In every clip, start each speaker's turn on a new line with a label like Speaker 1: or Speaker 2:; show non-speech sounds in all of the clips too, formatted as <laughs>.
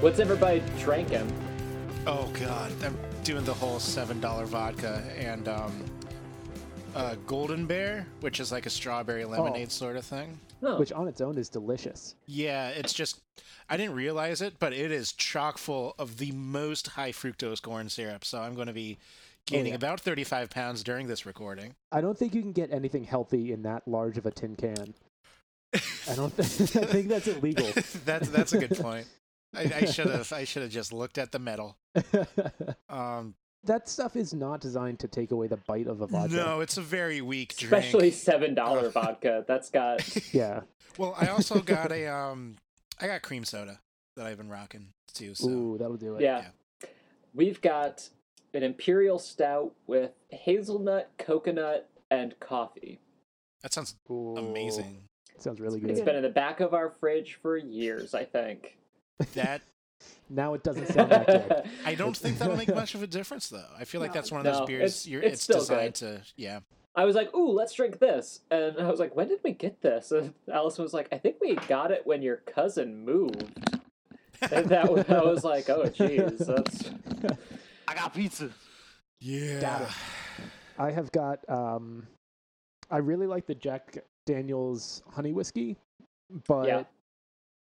Speaker 1: What's everybody drinking?
Speaker 2: Oh god, I'm doing the whole seven dollar vodka and um, uh, golden bear, which is like a strawberry
Speaker 3: Oh.
Speaker 2: lemonade sort of thing.
Speaker 1: Oh,
Speaker 3: which on its own is delicious.
Speaker 2: Yeah, it's just I didn't realize it, but it is chock full of the most high fructose corn syrup. So I'm going to be gaining
Speaker 3: yeah.
Speaker 2: about 35 pounds during this
Speaker 3: <laughs>
Speaker 2: recording.
Speaker 3: I don't think you can get anything healthy in that large of a tin can. I don't. Th- <laughs> I think
Speaker 1: <laughs>
Speaker 3: that's illegal.
Speaker 2: <laughs> that's that's a good point. I,
Speaker 3: <laughs>
Speaker 2: I should have I should have just looked at the metal. Um,
Speaker 3: that stuff is not designed to take away the bite of a vodka.
Speaker 2: no, it's a very weak drink.
Speaker 1: especially seven dollar <laughs>
Speaker 2: Oh.
Speaker 1: vodka. That's
Speaker 2: <laughs>
Speaker 1: got
Speaker 3: Yeah.
Speaker 2: Well, I also got a um, I got cream soda that I've been rocking too. So
Speaker 3: Ooh, that'll do it.
Speaker 1: yeah.
Speaker 2: yeah.
Speaker 1: We've got an imperial stout with hazelnut, coconut, and coffee.
Speaker 2: that sounds
Speaker 3: Ooh,
Speaker 2: amazing.
Speaker 3: Sounds really
Speaker 1: It's
Speaker 3: good.
Speaker 1: been in the back of our fridge for years, I think.
Speaker 2: That
Speaker 3: Now
Speaker 1: <laughs>
Speaker 3: it doesn't sound that good.
Speaker 2: I don't think that'll make much of a difference though. I feel like that's one of those
Speaker 1: No,
Speaker 2: beers.
Speaker 1: it's-
Speaker 2: you're,
Speaker 1: it's
Speaker 2: it's,
Speaker 1: still
Speaker 2: designed to yeah.
Speaker 1: <laughs> I was like, "Ooh, let's drink this," and I was like, "When did we get this?" And Allison was like, "I think we got it when your cousin moved." And that <laughs> was, I was like, "Oh, jeez, that's
Speaker 4: I got pizza.
Speaker 2: Yeah.
Speaker 3: it. I have got. Um, I really like the Jack Daniels honey whiskey, but
Speaker 1: Yeah.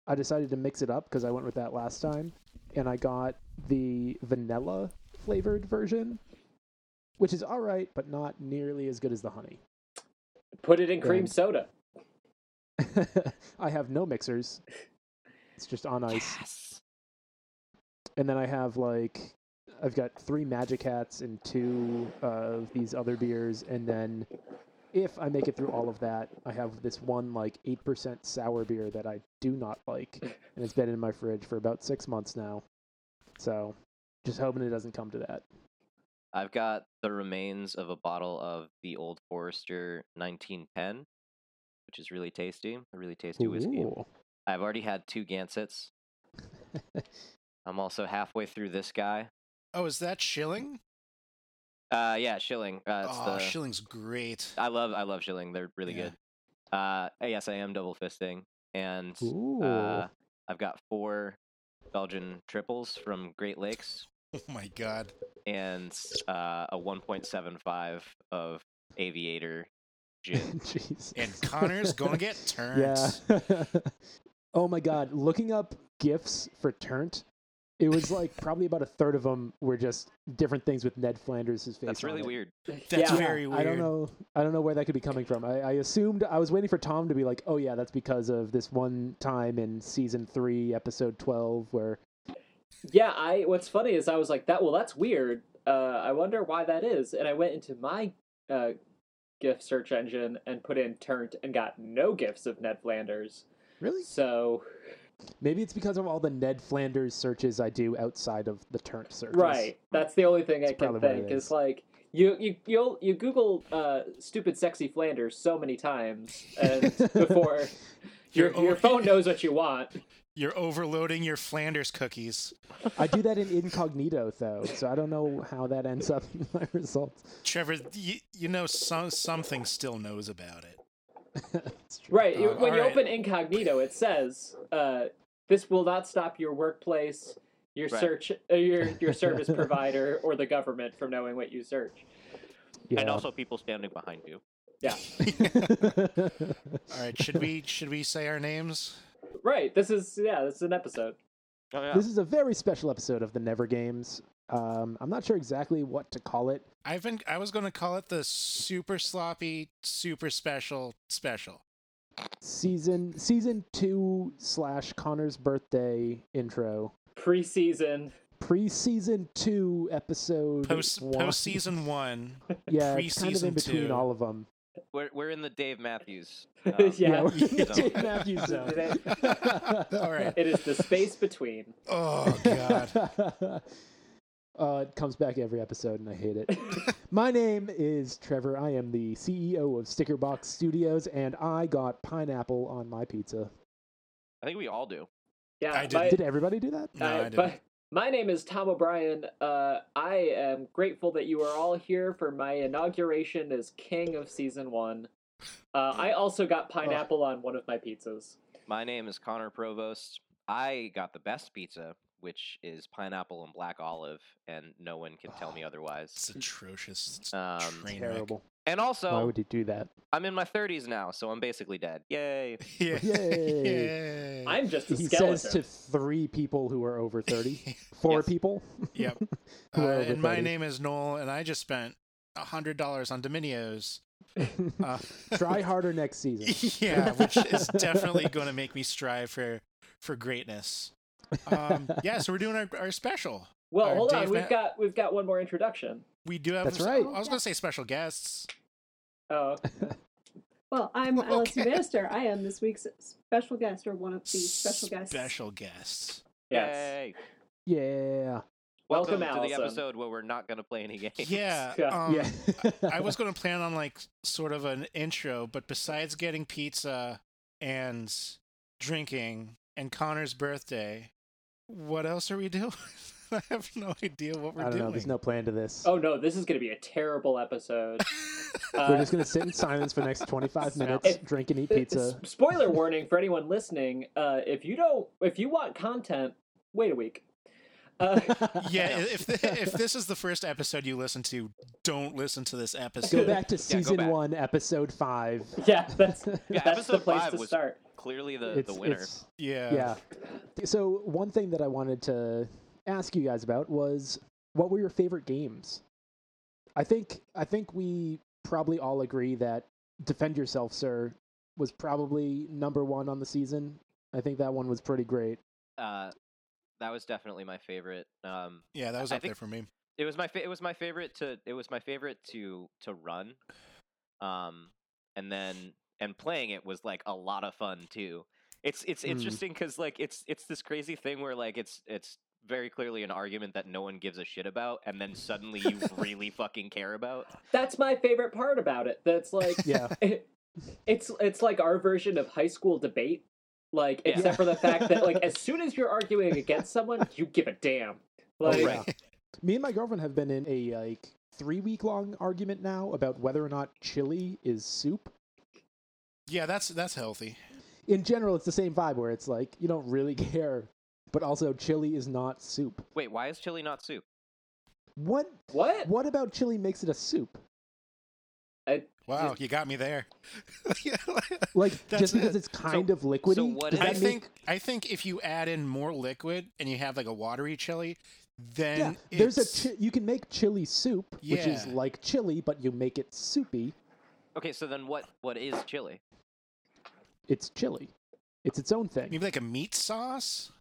Speaker 3: I decided to mix it up because I went with that last time, and I got the vanilla flavored version, which is all right, but not nearly as good as the honey.
Speaker 1: put it in cream
Speaker 3: Right.
Speaker 1: soda."
Speaker 3: <laughs> I have no mixers; it's just on ice.
Speaker 4: Yes.
Speaker 3: and then I have like I've got three magic hats and two of these other beers, and then if I make it through all of that, I have this one like eight percent sour beer that I do not like, and it's been in my fridge for about six months now. So, just hoping it doesn't come to that.
Speaker 5: I've got the remains of a bottle of the Old Forester 1910, which is really tasty. A really tasty whiskey.
Speaker 3: Ooh.
Speaker 5: I've already had
Speaker 3: <laughs>
Speaker 5: two Gansets. I'm also halfway through this guy.
Speaker 2: Oh, is that Shilling?
Speaker 5: Uh, yeah, Shilling. Uh, it's
Speaker 2: oh,
Speaker 5: the
Speaker 2: Shilling's great.
Speaker 5: I love I love Shilling. They're really
Speaker 2: Yeah.
Speaker 5: good. Uh, yes, I am double fisting, and
Speaker 3: Ooh.
Speaker 5: uh, I've got four Belgian triples from Great Lakes
Speaker 2: Oh my god.
Speaker 5: and uh, a 1.75 of Aviator gin.
Speaker 3: <laughs> Jeez.
Speaker 2: And Connor's
Speaker 3: <laughs>
Speaker 2: gonna get turned.
Speaker 3: Yeah. <laughs> oh my god, looking up gifs for Turnt, it was like probably about a third of them were just different things with Ned Flanders' face.
Speaker 5: That's
Speaker 3: on
Speaker 5: really
Speaker 3: it.
Speaker 5: weird.
Speaker 2: That's
Speaker 1: Yeah,
Speaker 2: very weird.
Speaker 3: I don't know. I don't know where that could be coming from. I, I assumed I was waiting for Tom to be like, "Oh yeah, that's because of this one time in season three, episode twelve, where
Speaker 1: Yeah, I. What's funny is I was like, "That well, that's weird. Uh, I wonder why that is." And I went into my uh, gift search engine and put in "turnt" and got no gifts of Ned Flanders.
Speaker 3: really
Speaker 1: So
Speaker 3: maybe it's because of all the Ned Flanders searches I do outside of the Turnt searches."
Speaker 1: Right. That's the only thing I
Speaker 3: That's
Speaker 1: can
Speaker 3: probably what it
Speaker 1: think is
Speaker 3: is.
Speaker 1: like you you you'll, you Google uh, stupid sexy Flanders so many times
Speaker 3: <laughs>
Speaker 1: and before your
Speaker 2: You're
Speaker 1: your
Speaker 2: over-
Speaker 1: phone knows what you want.
Speaker 2: You're overloading your Flanders cookies.
Speaker 3: I do that in incognito though, so I don't know how that ends up in my <laughs> results.
Speaker 2: Trevor, you, you know some something still knows about it.
Speaker 3: It's true.
Speaker 1: Right. you-
Speaker 2: Uh,
Speaker 1: when you
Speaker 2: alright.
Speaker 1: open incognito, it says uh, this will not stop your workplace, your
Speaker 5: Right.
Speaker 1: search, uh, your your
Speaker 2: <laughs>
Speaker 1: service provider, or the government from knowing what you search.
Speaker 2: <laughs>
Speaker 3: Yeah.
Speaker 5: and also people standing behind you.
Speaker 1: Yeah.
Speaker 2: All right, should we should we say our names?
Speaker 1: Right. This is yeah. This is an episode.
Speaker 5: Oh yeah.
Speaker 3: This is a very special episode of the Never Games. Um, I'm not sure exactly what to call it.
Speaker 2: I've been I was going to call it the super sloppy super special special.
Speaker 3: Season season two slash Connor's birthday intro.
Speaker 1: Preseason.
Speaker 3: Pre-season two episode.
Speaker 2: Post
Speaker 3: one.
Speaker 2: post season 1.
Speaker 3: Yeah, it's kind of
Speaker 2: pre-season
Speaker 3: in between
Speaker 2: two.
Speaker 3: all of them.
Speaker 5: We're we're in the Dave Matthews. um,
Speaker 1: <laughs> Yeah.
Speaker 2: <laughs>
Speaker 3: we're in the
Speaker 5: zone.
Speaker 3: Dave Matthews zone.
Speaker 2: All right.
Speaker 3: <laughs>
Speaker 1: It is the
Speaker 2: <laughs>
Speaker 1: space between. <laughs>
Speaker 2: Oh god.
Speaker 3: Uh, it comes back every episode, and I hate it. My name is Trevor. I am the CEO of Stickerbox Studios, and I got pineapple on my pizza.
Speaker 5: I think we all do.
Speaker 1: Yeah.
Speaker 2: I did-
Speaker 1: my-
Speaker 3: Did everybody do that?
Speaker 2: No,
Speaker 1: Uh,
Speaker 2: I didn't.
Speaker 1: but my name is Tom O'Brien. Uh, I am grateful that you are all here for my inauguration as king of season one. Uh, I also got pineapple on one of my pizzas.
Speaker 5: My name is Connor Provost. I got the best pizza which is pineapple and black olive, and no one can tell
Speaker 1: Oh,
Speaker 5: me otherwise.
Speaker 2: It's atrocious. It's
Speaker 5: Um,
Speaker 2: train wreck.
Speaker 3: Terrible.
Speaker 5: And
Speaker 3: Why
Speaker 5: also,
Speaker 3: would you do that?
Speaker 5: I'm in my 30s now, so I'm basically dead. Yay!
Speaker 2: <laughs> Yeah. <laughs>
Speaker 3: Yay.
Speaker 2: Yeah.
Speaker 1: I'm just a
Speaker 3: He
Speaker 1: skeleton.
Speaker 3: says to three people who are
Speaker 2: <laughs>
Speaker 3: over 30. Four
Speaker 5: Yes.
Speaker 3: people?
Speaker 2: Yep. Uh,
Speaker 3: <laughs> Who are over
Speaker 2: and my
Speaker 3: 30.
Speaker 2: name is Noel, and I just spent a hundred dollars on Dominios.
Speaker 3: <laughs>
Speaker 2: Uh,
Speaker 3: Try harder next season.
Speaker 2: <laughs> yeah, which is definitely going to make me strive for for
Speaker 3: <laughs>
Speaker 2: greatness. Um, yeah, so we're doing our, our special.
Speaker 1: well,
Speaker 2: Or
Speaker 1: hold on.
Speaker 2: Dave
Speaker 1: We've
Speaker 2: Ma-
Speaker 1: got we've got one more introduction.
Speaker 2: We do have.
Speaker 3: That's right.
Speaker 6: Oh,
Speaker 2: I was going to say special guests.
Speaker 1: Oh,
Speaker 5: <laughs>
Speaker 6: Well, I'm Alice
Speaker 2: Okay.
Speaker 6: Master. I am this week's special guest, or one of the special guests.
Speaker 2: Special
Speaker 3: <laughs>
Speaker 2: guests.
Speaker 1: yes.
Speaker 5: Yay!
Speaker 3: Yeah.
Speaker 1: Welcome,
Speaker 5: to the
Speaker 1: Allison.
Speaker 5: episode where we're not going to play any <laughs> games.
Speaker 2: Yeah.
Speaker 1: Yeah.
Speaker 2: Um,
Speaker 3: yeah.
Speaker 2: I was going to plan on like sort of an intro, but besides getting pizza and drinking and Connor's birthday, what else are we doing? <laughs> I have no idea what we're
Speaker 3: <laughs> I don't
Speaker 2: doing.
Speaker 3: know. There's no plan to this.
Speaker 1: Oh no, this is going to be a terrible
Speaker 5: <laughs>
Speaker 1: episode. Uh,
Speaker 3: We're just going to sit in silence for the next
Speaker 2: <laughs>
Speaker 3: 25 minutes,
Speaker 1: It-
Speaker 3: drink and eat
Speaker 1: it-
Speaker 3: pizza.
Speaker 1: s- Spoiler warning for anyone listening: uh, if you don't, if you want content, wait a week. Uh, <laughs>
Speaker 3: <laughs>
Speaker 2: yeah, i- if if this is the first episode you listen to, don't listen to this episode.
Speaker 3: Go back to
Speaker 5: go
Speaker 3: season
Speaker 5: back.
Speaker 3: one, episode
Speaker 2: <laughs>
Speaker 3: five.
Speaker 1: yeah, that's
Speaker 5: Yeah,
Speaker 1: that's the
Speaker 5: episode
Speaker 1: place
Speaker 5: five
Speaker 1: to
Speaker 5: was
Speaker 1: start.
Speaker 5: Clearly the,
Speaker 3: It's,
Speaker 5: the winner.
Speaker 3: it's-
Speaker 2: Yeah.
Speaker 3: yeah. So one thing that I wanted to ask you guys about was what were your favorite games? I think I think we probably all agree that Defend Yourself, Sir, was probably number one on the season. I think that one was pretty great.
Speaker 5: Uh, that was definitely my favorite. Um,
Speaker 2: Yeah, that was
Speaker 5: I
Speaker 2: up there
Speaker 5: think-
Speaker 2: for me.
Speaker 5: it was my fa- it was my favorite to it was my favorite to to run um and then and playing it was like a lot of fun too it's it's
Speaker 3: Mm.
Speaker 5: interesting because like it's it's this crazy thing where like it's it's very clearly an argument that no one gives a shit about and then suddenly you really fucking care about
Speaker 1: That's my favorite part about it. That's like
Speaker 3: Yeah.
Speaker 1: <laughs> it, it's it's like our version of high school debate. Like
Speaker 5: Yeah.
Speaker 1: except for the fact that like
Speaker 5: <laughs>
Speaker 1: as soon as you're arguing against someone, you give a damn.
Speaker 5: Oh,
Speaker 1: Like
Speaker 3: Oh, yeah. Me and my girlfriend have been in a like three week long argument now about whether or not chili is soup.
Speaker 2: Yeah, that's that's healthy.
Speaker 3: In general, it's the same vibe where it's like you don't really <laughs> care, but also chili is not soup.
Speaker 5: wait why is chili not soup
Speaker 3: What
Speaker 1: what?
Speaker 3: what about chili makes it a soup?
Speaker 2: Wow, you got me there. <laughs>
Speaker 3: Like
Speaker 2: That's
Speaker 3: just because
Speaker 2: it.
Speaker 3: it's kind of liquidy,
Speaker 5: so what
Speaker 3: does
Speaker 5: is-
Speaker 3: that
Speaker 2: I
Speaker 3: mean-
Speaker 2: think I think if you add in more liquid and you have like a watery chili,
Speaker 3: yeah,
Speaker 2: then
Speaker 3: there's a
Speaker 2: it's-
Speaker 3: chi- you can make chili soup, which is
Speaker 2: Yeah.
Speaker 3: like chili, but you make it soupy.
Speaker 5: okay so then what what is chili
Speaker 3: It's chili. It's its own thing.
Speaker 2: maybe like a meat sauce.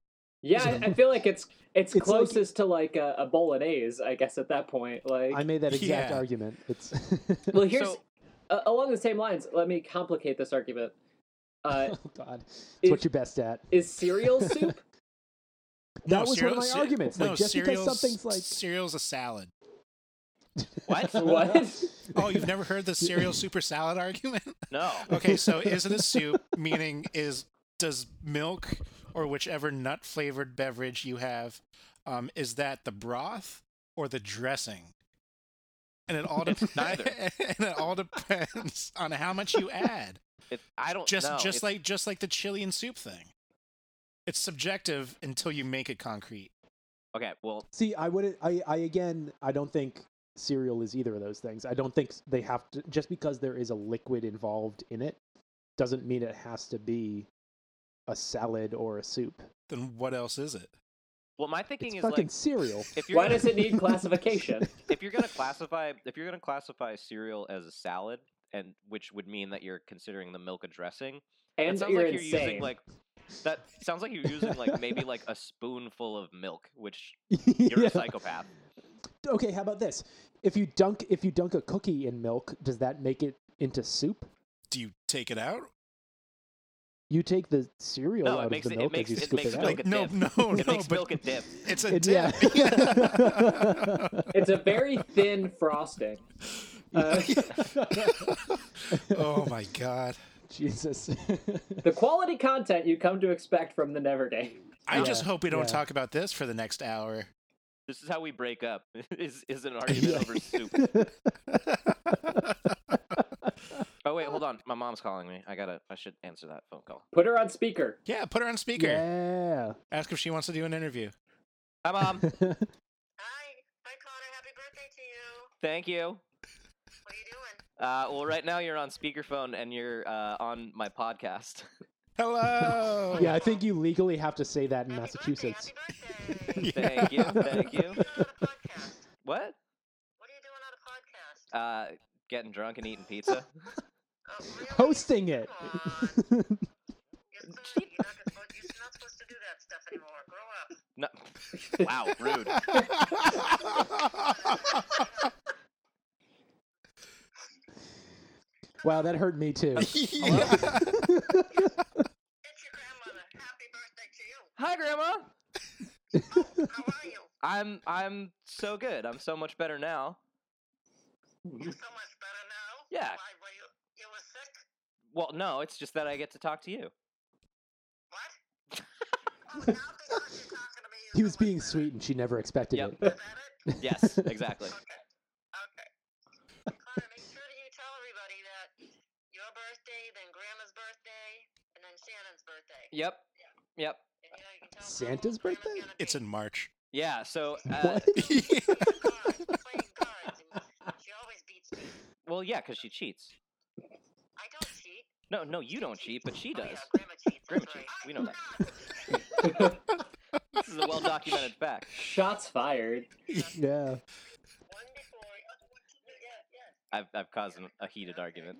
Speaker 1: Yeah, I, I feel like it's it's,
Speaker 3: It's like-
Speaker 1: closest to like a, a bolognese, I guess, at that point. Like,
Speaker 3: I made that exact
Speaker 2: Yeah.
Speaker 3: argument. It's <laughs>
Speaker 1: well, here's
Speaker 5: So-
Speaker 1: uh, along the same lines. Let me complicate this argument.
Speaker 3: <laughs>
Speaker 1: Uh,
Speaker 3: oh god, it's
Speaker 1: is,
Speaker 3: what you're best at.
Speaker 1: is cereal
Speaker 3: <laughs>
Speaker 1: soup?
Speaker 3: That
Speaker 2: No,
Speaker 3: was
Speaker 2: cereal-
Speaker 3: one of
Speaker 2: ce-
Speaker 3: my arguments.
Speaker 2: No,
Speaker 3: like just because
Speaker 2: cereal's-
Speaker 3: something's like
Speaker 2: cereal's a
Speaker 3: <laughs>
Speaker 2: salad.
Speaker 5: what
Speaker 1: <laughs> what?
Speaker 2: Oh, you've never heard the cereal super salad argument?
Speaker 5: no
Speaker 2: Okay, so is it a soup? Meaning, is does milk or whichever nut flavored beverage you have, um, is that the broth or the dressing? And it all
Speaker 3: <laughs>
Speaker 2: depends.
Speaker 5: neither.
Speaker 2: <laughs> And it all depends on how much you add.
Speaker 5: it, i don't
Speaker 2: Just
Speaker 5: know.
Speaker 2: just
Speaker 5: It's-
Speaker 2: like just like the chili and soup thing. It's subjective until you make it concrete.
Speaker 5: okay well
Speaker 3: See, I wouldn't. I, I again, I don't think cereal is either of those things. I don't think s- they have to. Just because there is a liquid involved in it, doesn't mean it has to be a salad or a soup.
Speaker 2: Then what else is it?
Speaker 5: well my thinking
Speaker 3: it's
Speaker 5: is
Speaker 3: fucking
Speaker 5: like
Speaker 3: cereal.
Speaker 5: if you're
Speaker 1: Why
Speaker 5: gonna-
Speaker 1: does it need
Speaker 3: <laughs>
Speaker 1: classification?
Speaker 5: if you're gonna classify if you're gonna classify cereal as a salad and which would mean that you're considering the milk a dressing that
Speaker 1: And
Speaker 5: sounds
Speaker 1: you're
Speaker 5: like you're
Speaker 1: insane.
Speaker 5: using like that sounds like you're using like maybe like a spoonful of milk
Speaker 2: <laughs>
Speaker 5: which you're
Speaker 3: Yeah.
Speaker 5: a psychopath
Speaker 3: Okay, how about this? If you dunk, if you dunk a cookie in milk, does that make it into soup?
Speaker 2: Do you take it out?
Speaker 3: You take the cereal
Speaker 5: No, it
Speaker 3: out of
Speaker 5: makes
Speaker 3: the
Speaker 5: it- it
Speaker 3: milk
Speaker 5: makes-
Speaker 3: as you
Speaker 5: it
Speaker 3: scoop
Speaker 5: makes
Speaker 3: it out.
Speaker 5: milk- a
Speaker 2: Oh, no,
Speaker 5: dip.
Speaker 2: no, no.
Speaker 5: <laughs> it makes
Speaker 2: but
Speaker 5: milk a dip
Speaker 2: It's a
Speaker 3: And
Speaker 2: dip.
Speaker 3: <laughs> yeah.
Speaker 1: It's a very thin frosting. Uh,
Speaker 3: <laughs>
Speaker 5: <laughs>
Speaker 2: oh my god.
Speaker 3: Jesus. <laughs>
Speaker 1: the quality content you come to expect from the Never Game.
Speaker 2: I just
Speaker 3: Yeah,
Speaker 2: hope we don't
Speaker 3: yeah.
Speaker 2: talk about this for the next hour.
Speaker 5: this is how we break up <laughs> is
Speaker 2: <laughs>
Speaker 5: is an argument
Speaker 3: Yeah.
Speaker 5: over soup oh wait hold on my mom's calling me i gotta i should answer that phone call
Speaker 1: Put her on speaker.
Speaker 2: Yeah, put her on speaker.
Speaker 3: yeah. <laughs>
Speaker 2: Ask if she wants to do an interview.
Speaker 5: Hi,
Speaker 2: <laughs>
Speaker 5: mom.
Speaker 7: Hi. Hi, Connor. Happy birthday to you.
Speaker 5: Thank you.
Speaker 7: What are you doing?
Speaker 5: Uh, well, right now you're on speakerphone and you're uh, on my
Speaker 2: <laughs>
Speaker 5: podcast.
Speaker 2: Hello.
Speaker 3: <laughs> yeah, I think you legally have to say that in <laughs>
Speaker 7: Happy
Speaker 3: Massachusetts.
Speaker 7: Birthday, happy birthday.
Speaker 2: <laughs>
Speaker 5: Thank you. Thank you.
Speaker 7: What are you doing on a podcast?
Speaker 5: What?
Speaker 7: What are you doing on a podcast?
Speaker 5: Uh, getting drunk and eating pizza.
Speaker 3: <laughs>
Speaker 7: Oh, really?
Speaker 3: Hosting it. <laughs>
Speaker 7: Come on. You're thirty. You're not supposed- you're not supposed to do that stuff anymore. Grow
Speaker 5: No.
Speaker 7: up.
Speaker 5: Wow, rude.
Speaker 3: wow, that hurt me too.
Speaker 2: Yeah.
Speaker 7: It's your grandmother. Happy birthday to you.
Speaker 5: Hi, Grandma.
Speaker 7: How are you?
Speaker 5: I'm I'm so good. I'm so much better now.
Speaker 7: You're so much better now.
Speaker 5: Yeah.
Speaker 7: Why were you? You were sick.
Speaker 5: Well, no, it's just that I get to talk to you.
Speaker 7: What?
Speaker 3: <laughs>
Speaker 7: oh, now because you're talking to me. you're
Speaker 3: He
Speaker 7: so
Speaker 3: was
Speaker 7: much
Speaker 3: being
Speaker 7: better.
Speaker 3: sweet and she never expected
Speaker 5: Yep.
Speaker 3: it. <laughs>
Speaker 7: Is that it?
Speaker 5: Yes, exactly.
Speaker 7: Okay. Okay. Connor, make sure that you tell everybody that your birthday, then Grandma's birthday, and then Shannon's birthday.
Speaker 5: Yep. Yep.
Speaker 7: And, you know, you can tell 'em how
Speaker 3: Santa's
Speaker 7: old Grandma's
Speaker 3: birthday?
Speaker 7: gonna
Speaker 2: it's
Speaker 7: be.
Speaker 2: in March.
Speaker 5: Yeah. So, uh,
Speaker 3: What?
Speaker 7: Playing cards, playing cards. She always beats me.
Speaker 5: well, yeah, because she cheats.
Speaker 7: I don't cheat.
Speaker 5: No, no, you don't cheat, but she
Speaker 7: Oh,
Speaker 5: does.
Speaker 7: <laughs> yeah, Grandma cheats.
Speaker 5: Grandma
Speaker 7: that's right.
Speaker 5: cheats, we
Speaker 7: I
Speaker 5: know
Speaker 7: do
Speaker 5: that.
Speaker 7: <laughs> not.
Speaker 5: This is a well documented fact.
Speaker 1: Shots fired.
Speaker 3: yeah.
Speaker 7: One before. Oh, Yeah, yeah.
Speaker 5: I've I've caused an- a heated argument.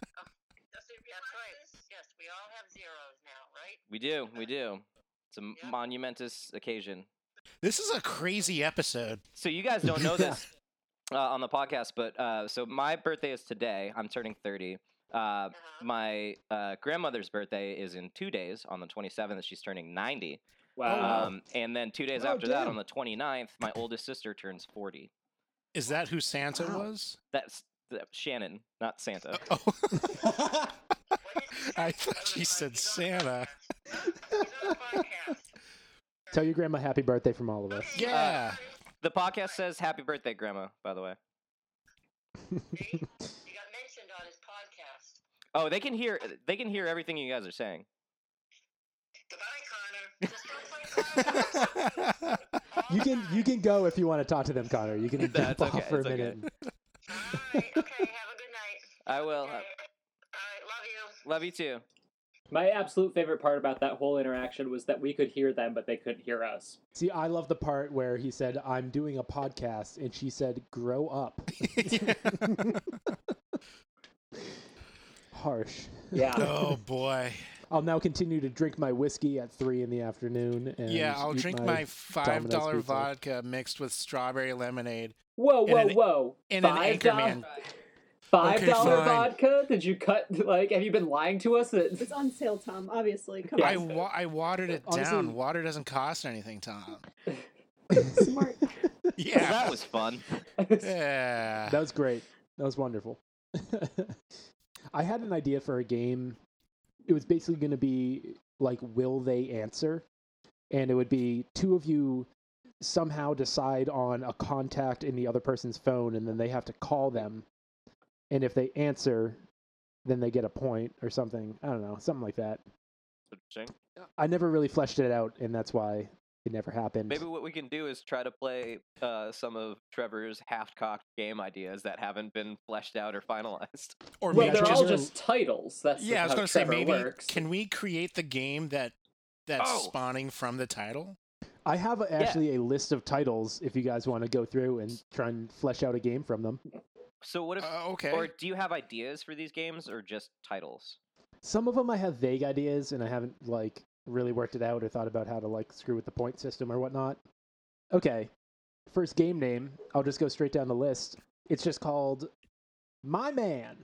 Speaker 7: That's right. Yes, we all have zeros <laughs> now, right?
Speaker 5: We do. We do. It's a m-
Speaker 7: Yep.
Speaker 5: monumentous occasion.
Speaker 2: This is a crazy episode.
Speaker 5: So you guys don't know this uh, on the podcast, but uh, so my birthday is today. I'm turning 30. Uh,
Speaker 7: Uh-huh.
Speaker 5: my uh, grandmother's birthday is in two days on the 27th. She's turning 90.
Speaker 1: Wow.
Speaker 5: Um, and then two days
Speaker 2: Oh,
Speaker 5: after that,
Speaker 2: damn.
Speaker 5: on the 29th, my oldest sister turns 40.
Speaker 2: Is that who Santa was?
Speaker 5: That's th- Shannon, not Santa.
Speaker 2: <laughs> Oh.
Speaker 7: What did you
Speaker 2: <laughs> I
Speaker 7: say?
Speaker 2: thought
Speaker 7: She's
Speaker 2: she
Speaker 7: on a
Speaker 2: said
Speaker 7: podcast.
Speaker 2: Santa.
Speaker 7: She's on a podcast.
Speaker 3: Tell your grandma happy birthday from all of us.
Speaker 7: Okay,
Speaker 2: Yeah.
Speaker 5: The podcast says happy birthday, Grandma, by the way.
Speaker 7: See? You got mentioned on his podcast.
Speaker 5: Oh, they can hear they can hear everything you guys are saying.
Speaker 7: Goodbye, Connor. Just don't play cards. All
Speaker 3: You can you
Speaker 7: the time.
Speaker 3: can go if you want to talk to them, Connor. You can
Speaker 5: That's
Speaker 3: jump off
Speaker 5: okay,
Speaker 3: for a
Speaker 5: it's okay.
Speaker 3: minute.
Speaker 7: All right. Okay. Have a good night.
Speaker 5: I will.
Speaker 7: Okay.
Speaker 5: uh,
Speaker 7: All right. Love you.
Speaker 5: love you too.
Speaker 1: My absolute favorite part about that whole interaction was that we could hear them, but they couldn't hear us.
Speaker 3: See, I love the part where he said, "I'm doing a podcast," and she said, "Grow up." Harsh.
Speaker 2: <laughs>
Speaker 1: Yeah.
Speaker 2: Oh boy.
Speaker 3: I'll now continue to drink my whiskey at three in the afternoon. And
Speaker 2: Yeah, I'll
Speaker 3: eat
Speaker 2: drink my five dollar
Speaker 3: Domino's pizza.
Speaker 2: vodka mixed with strawberry lemonade
Speaker 1: Whoa,
Speaker 2: And
Speaker 1: whoa,
Speaker 2: an-
Speaker 1: whoa.
Speaker 2: and an
Speaker 1: Five
Speaker 2: Anchorman.
Speaker 1: Five
Speaker 2: Okay,
Speaker 1: dollar
Speaker 2: fine.
Speaker 1: vodka? Did you cut like have you been lying to us <laughs> that
Speaker 6: It's on sale, Tom. Obviously, come
Speaker 2: I,
Speaker 6: on,
Speaker 2: wa- I watered it
Speaker 3: Honestly-
Speaker 2: down. Water doesn't cost anything, Tom.
Speaker 6: smart.
Speaker 5: Well,
Speaker 2: Yeah.
Speaker 5: that was fun.
Speaker 2: yeah.
Speaker 3: That was great. That was wonderful. <laughs> I had an idea for a game. It was basically going to be like, will they answer? And it would be two of you somehow decide on a contact in the other person's phone, and then they have to call them. And if they answer, then they get a point or something. I don't know, something like that. I never really fleshed it out, and that's why it never happened.
Speaker 5: Maybe what we can do is try to play uh, some of Trevor's half-cocked game ideas that haven't been fleshed out or finalized.
Speaker 2: Or
Speaker 1: Well,
Speaker 3: Yeah,
Speaker 1: they're all
Speaker 3: Trevor-
Speaker 1: just titles. That's
Speaker 2: yeah, I was
Speaker 1: how
Speaker 2: gonna say
Speaker 1: Trevor
Speaker 2: maybe
Speaker 1: works.
Speaker 2: can we create the game that that's
Speaker 5: Oh.
Speaker 2: spawning from the title?
Speaker 3: I have a, actually a list of titles if you guys want to go through and try and flesh out a game from them.
Speaker 5: So what if?
Speaker 2: Uh, okay.
Speaker 5: Or do you have ideas for these games or just titles?
Speaker 3: Some of them I have vague ideas and I haven't like really worked it out or thought about how to like screw with the point system or whatnot. Okay, first game name. I'll just go straight down the list. It's just called My Man.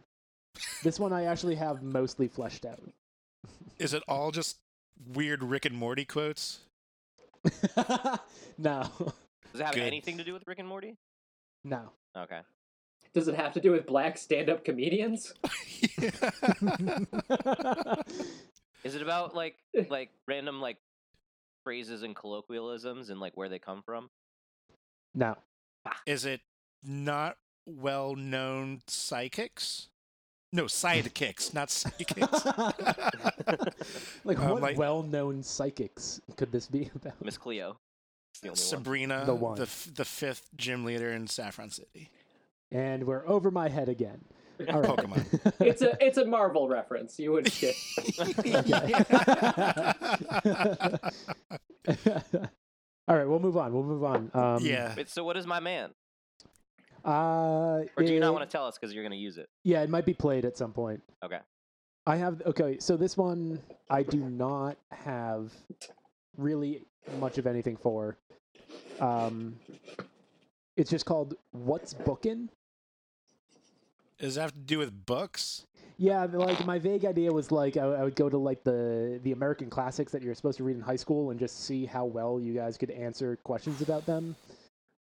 Speaker 3: This one I actually have mostly
Speaker 2: <laughs>
Speaker 3: fleshed out.
Speaker 2: Is it all just weird Rick and Morty quotes? <laughs>
Speaker 3: no,
Speaker 5: Does it have
Speaker 2: Good.
Speaker 5: anything to do with Rick and Morty?
Speaker 3: no.
Speaker 2: <laughs>
Speaker 5: Okay.
Speaker 1: Does it have to do with black stand up comedians?
Speaker 5: Is it about like
Speaker 3: Eh.
Speaker 5: like random like phrases and colloquialisms and like where they come from?
Speaker 2: <laughs>
Speaker 3: no.
Speaker 2: Is it not well known
Speaker 3: <laughs>
Speaker 2: psychics? No, sidekicks, not psychics.
Speaker 3: Like
Speaker 2: Uh,
Speaker 3: what
Speaker 2: like-
Speaker 3: well-known psychics could this be <laughs> about?
Speaker 5: Miss Cleo. It's the only one.
Speaker 2: Sabrina,
Speaker 3: The
Speaker 2: the,
Speaker 3: one.
Speaker 2: f- the fifth gym leader in Saffron City.
Speaker 3: And we're over my head again.
Speaker 2: <laughs>
Speaker 3: All right.
Speaker 2: Pokemon.
Speaker 3: <laughs>
Speaker 1: It's a it's a Marvel reference. You
Speaker 2: <laughs>
Speaker 1: would get.
Speaker 5: <laughs>
Speaker 3: Um, All right, we'll move on. We'll move on. Um,
Speaker 2: yeah.
Speaker 5: Wait, so what is my man?
Speaker 3: Uh,
Speaker 5: Or do you
Speaker 3: it-
Speaker 5: not want to tell us because you're going to use it?
Speaker 3: Yeah, it might be played at some point.
Speaker 5: Okay.
Speaker 3: I have okay, so this one I do not have really much of anything for. Um it's just called What's Bookin'?
Speaker 2: Does that have to do with books?
Speaker 3: Yeah, but, like my vague idea was like I, I would go to like the the American classics that you're supposed to read in high school and just see how well you guys could answer questions about them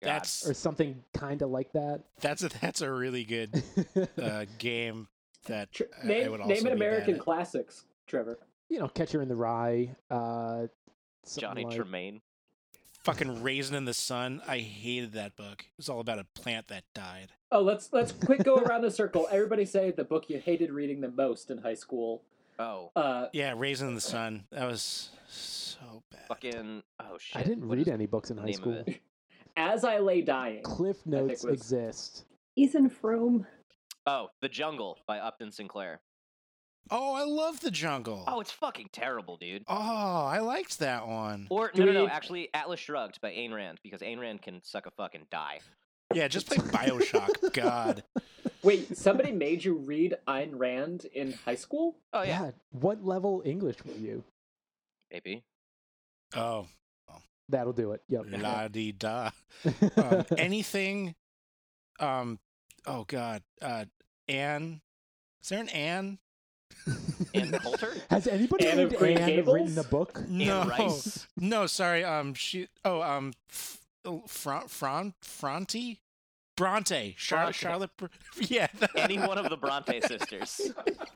Speaker 5: God.
Speaker 2: That's
Speaker 3: or something kind of like that.
Speaker 2: that's a, that's a really good
Speaker 3: <laughs>
Speaker 2: uh, game that
Speaker 1: Tr-
Speaker 2: I- I
Speaker 1: name
Speaker 2: would also
Speaker 1: name
Speaker 2: be
Speaker 1: an
Speaker 2: bad
Speaker 1: American
Speaker 2: at.
Speaker 1: classics, Trevor.
Speaker 3: you know, Catcher in the Rye, uh something
Speaker 5: Johnny
Speaker 3: like-
Speaker 5: Tremaine.
Speaker 2: Fucking Raisin in the Sun. I hated that book. It was all about a plant that died.
Speaker 1: Oh, let's let's quick go around the circle. Everybody say the book you hated reading the most in high school.
Speaker 5: Oh,
Speaker 1: Uh,
Speaker 2: Yeah, Raisin in the Sun. That was so bad.
Speaker 5: fucking. Oh, shit.
Speaker 3: I didn't
Speaker 5: What
Speaker 3: read
Speaker 5: is
Speaker 3: any books in
Speaker 5: the
Speaker 3: high
Speaker 5: name of
Speaker 3: school.
Speaker 5: it?
Speaker 1: as I lay dying.
Speaker 3: Cliff notes
Speaker 1: was-
Speaker 3: exist.
Speaker 6: Ethan Frome.
Speaker 5: Oh, The Jungle by Upton Sinclair.
Speaker 2: Oh, I love the jungle.
Speaker 5: Oh, it's fucking terrible, dude.
Speaker 2: Oh, I liked that one.
Speaker 5: Or
Speaker 1: Do
Speaker 5: no, no, no.
Speaker 1: we-
Speaker 5: Actually, Atlas Shrugged by Ayn Rand because Ayn Rand can suck a fucking die.
Speaker 2: Yeah, just
Speaker 5: <laughs>
Speaker 2: play Bioshock. God.
Speaker 1: Wait, somebody made you read Ayn Rand in high school? <laughs>
Speaker 5: Oh yeah,
Speaker 3: God, what level English were you?
Speaker 5: maybe.
Speaker 2: Oh,
Speaker 3: That'll do it. Yep. <laughs>
Speaker 2: la di da.
Speaker 5: <laughs>
Speaker 2: Um, anything? Um. Oh God. Uh. Anne. Is there an Anne?
Speaker 5: Ann Coulter.
Speaker 3: <laughs> Has anybody
Speaker 1: Anne
Speaker 3: named
Speaker 1: of Green
Speaker 3: Anne written a
Speaker 1: Gables?
Speaker 3: book?
Speaker 2: No.
Speaker 5: Anne Rice.
Speaker 2: No. Sorry. Um. She. Oh. Um. F- Fron. Fron. Fronte. Bronte. Char-
Speaker 5: Bronte.
Speaker 2: Charlotte. Br- <laughs> yeah. that-
Speaker 5: Any one of the Bronte sisters.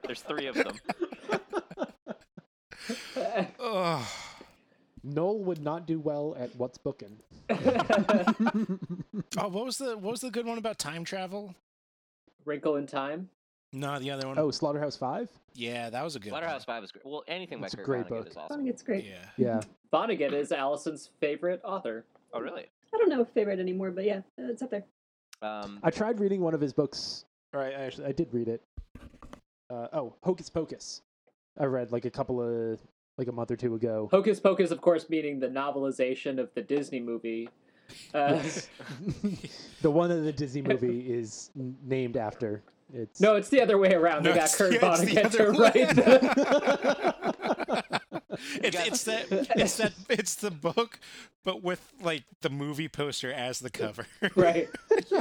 Speaker 5: There's three of them.
Speaker 2: <laughs> Ugh.
Speaker 3: Noel would not do well at what's booking.
Speaker 1: <laughs>
Speaker 2: Oh. What was the What was the good one about time travel?
Speaker 1: Wrinkle in Time.
Speaker 2: No, the other one.
Speaker 3: oh, Slaughterhouse Five.
Speaker 2: Yeah, that was a good. one.
Speaker 5: Slaughterhouse Five is great. Well, anything by
Speaker 3: It's a
Speaker 5: Kurt
Speaker 3: great
Speaker 5: Vonnegut
Speaker 3: book.
Speaker 5: is
Speaker 6: I
Speaker 5: awesome.
Speaker 6: think it's great.
Speaker 2: Yeah.
Speaker 3: Yeah.
Speaker 1: Vonnegut is Allison's favorite author.
Speaker 5: Oh really?
Speaker 6: I don't know if favorite anymore, but yeah, uh, it's up there.
Speaker 5: Um,
Speaker 3: I tried reading one of his books. Or I I actually I did read it. Uh, oh, Hocus Pocus. I read like a couple of like a month or two ago.
Speaker 1: Hocus Pocus, of course, meaning the novelization of the Disney movie. Uh,
Speaker 3: <laughs> the one that the Disney movie is n- named after. It's
Speaker 1: <laughs> no, it's the other way around.
Speaker 2: No,
Speaker 1: they got
Speaker 2: it's-
Speaker 1: Kurt
Speaker 2: yeah, it's the
Speaker 1: Vonnegut to
Speaker 2: other
Speaker 1: <laughs> write.
Speaker 2: way.
Speaker 1: The...
Speaker 2: <laughs> It's,
Speaker 5: guys-
Speaker 2: it's that it's that it's the book, but with like the movie poster as the cover. <laughs>
Speaker 1: right.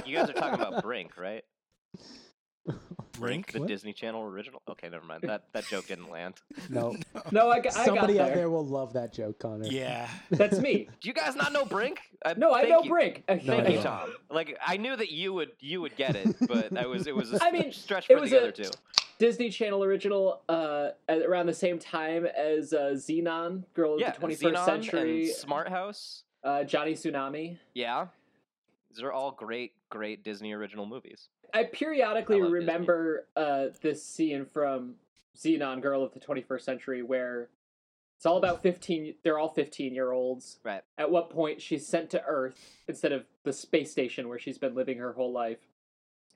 Speaker 5: you guys are talking about Brink, right?
Speaker 2: Brink.
Speaker 5: the
Speaker 3: What?
Speaker 5: Disney Channel original. Okay, never mind. That that joke didn't land.
Speaker 3: no.
Speaker 1: No, <laughs> I, got- I
Speaker 3: Somebody
Speaker 1: got
Speaker 3: out
Speaker 1: there.
Speaker 3: there will love that joke, Connor.
Speaker 2: Yeah.
Speaker 1: That's me.
Speaker 5: Do you guys not know Brink?
Speaker 1: No, I
Speaker 5: thank
Speaker 1: know
Speaker 5: you.
Speaker 1: Brink. Uh,
Speaker 3: No,
Speaker 1: thank
Speaker 3: I
Speaker 5: Thank you,
Speaker 1: you.
Speaker 3: don't.
Speaker 5: Tom. Like I knew that you would you would
Speaker 1: <laughs>
Speaker 5: get it, but I was it was a
Speaker 1: I mean,
Speaker 5: stretch
Speaker 1: it
Speaker 5: for
Speaker 1: was
Speaker 5: the
Speaker 1: a-
Speaker 5: other two.
Speaker 1: Disney Channel original uh, at around the same time as uh, Xenon, Girl of
Speaker 5: Yeah,
Speaker 1: the 21st
Speaker 5: Xenon
Speaker 1: Century,
Speaker 5: and Smart House.
Speaker 1: uh, Johnny Tsunami.
Speaker 5: Yeah, these are all great great Disney original movies.
Speaker 1: I periodically
Speaker 5: I love Disney.
Speaker 1: remember uh, this scene from Xenon, Girl of the 21st Century, where it's all about 15, they're all 15 year olds.
Speaker 5: Right.
Speaker 1: At what point she's sent to Earth instead of the space station where she's been living her whole life.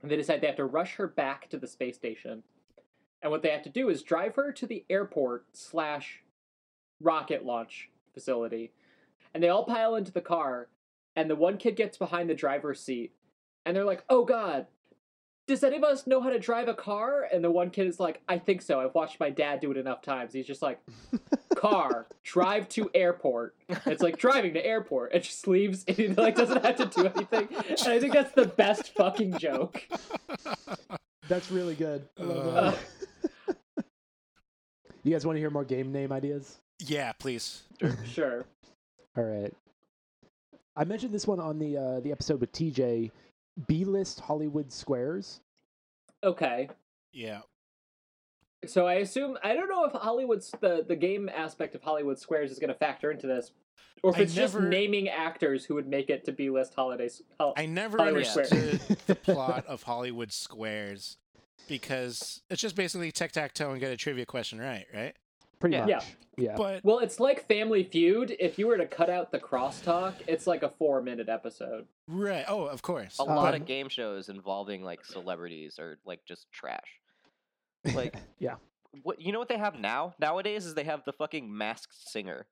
Speaker 1: And they decide they have to rush her back to the space station. And what they have to do is drive her to the airport slash rocket launch facility. And they all pile into the car, and the one kid gets behind the driver's seat, and they're like, oh god, does any of us know how to drive a car? And the one kid is like, I think so. I've watched my dad do it enough times. He's just like, car, drive to airport. It's like driving to airport. It just leaves. <laughs> And he like doesn't have to do anything. And I think that's the best fucking joke.
Speaker 3: That's really good. I love that.
Speaker 1: Uh,
Speaker 3: <laughs> You guys want to hear more game name ideas?
Speaker 2: Yeah. Please.
Speaker 1: sure.
Speaker 3: All right. I mentioned this one on the uh, the episode with TJ. B list Hollywood squares.
Speaker 1: Okay.
Speaker 2: Yeah.
Speaker 1: So I assume I don't know if Hollywood's the the game aspect of Hollywood Squares is going to factor into this, or if
Speaker 2: I
Speaker 1: it's just
Speaker 2: never-
Speaker 1: naming actors who would make it to B list holidays. Oh, Hol-
Speaker 2: I never
Speaker 1: Hollywood Square.
Speaker 2: understood <laughs> the plot of Hollywood Squares because it's just basically tic tac toe and get a trivia question right, right?
Speaker 3: <laughs> pretty
Speaker 5: Yeah.
Speaker 1: Yeah.
Speaker 3: much. Yeah.
Speaker 2: But
Speaker 1: Well, it's like Family Feud. If you were to cut out the crosstalk, it's like a four-minute episode.
Speaker 2: right, oh, of course.
Speaker 5: A lot
Speaker 3: Um,
Speaker 5: of game shows involving like celebrities are like just trash. Like
Speaker 3: <laughs> Yeah.
Speaker 5: What you know what they have now nowadays is they have the fucking masked singer.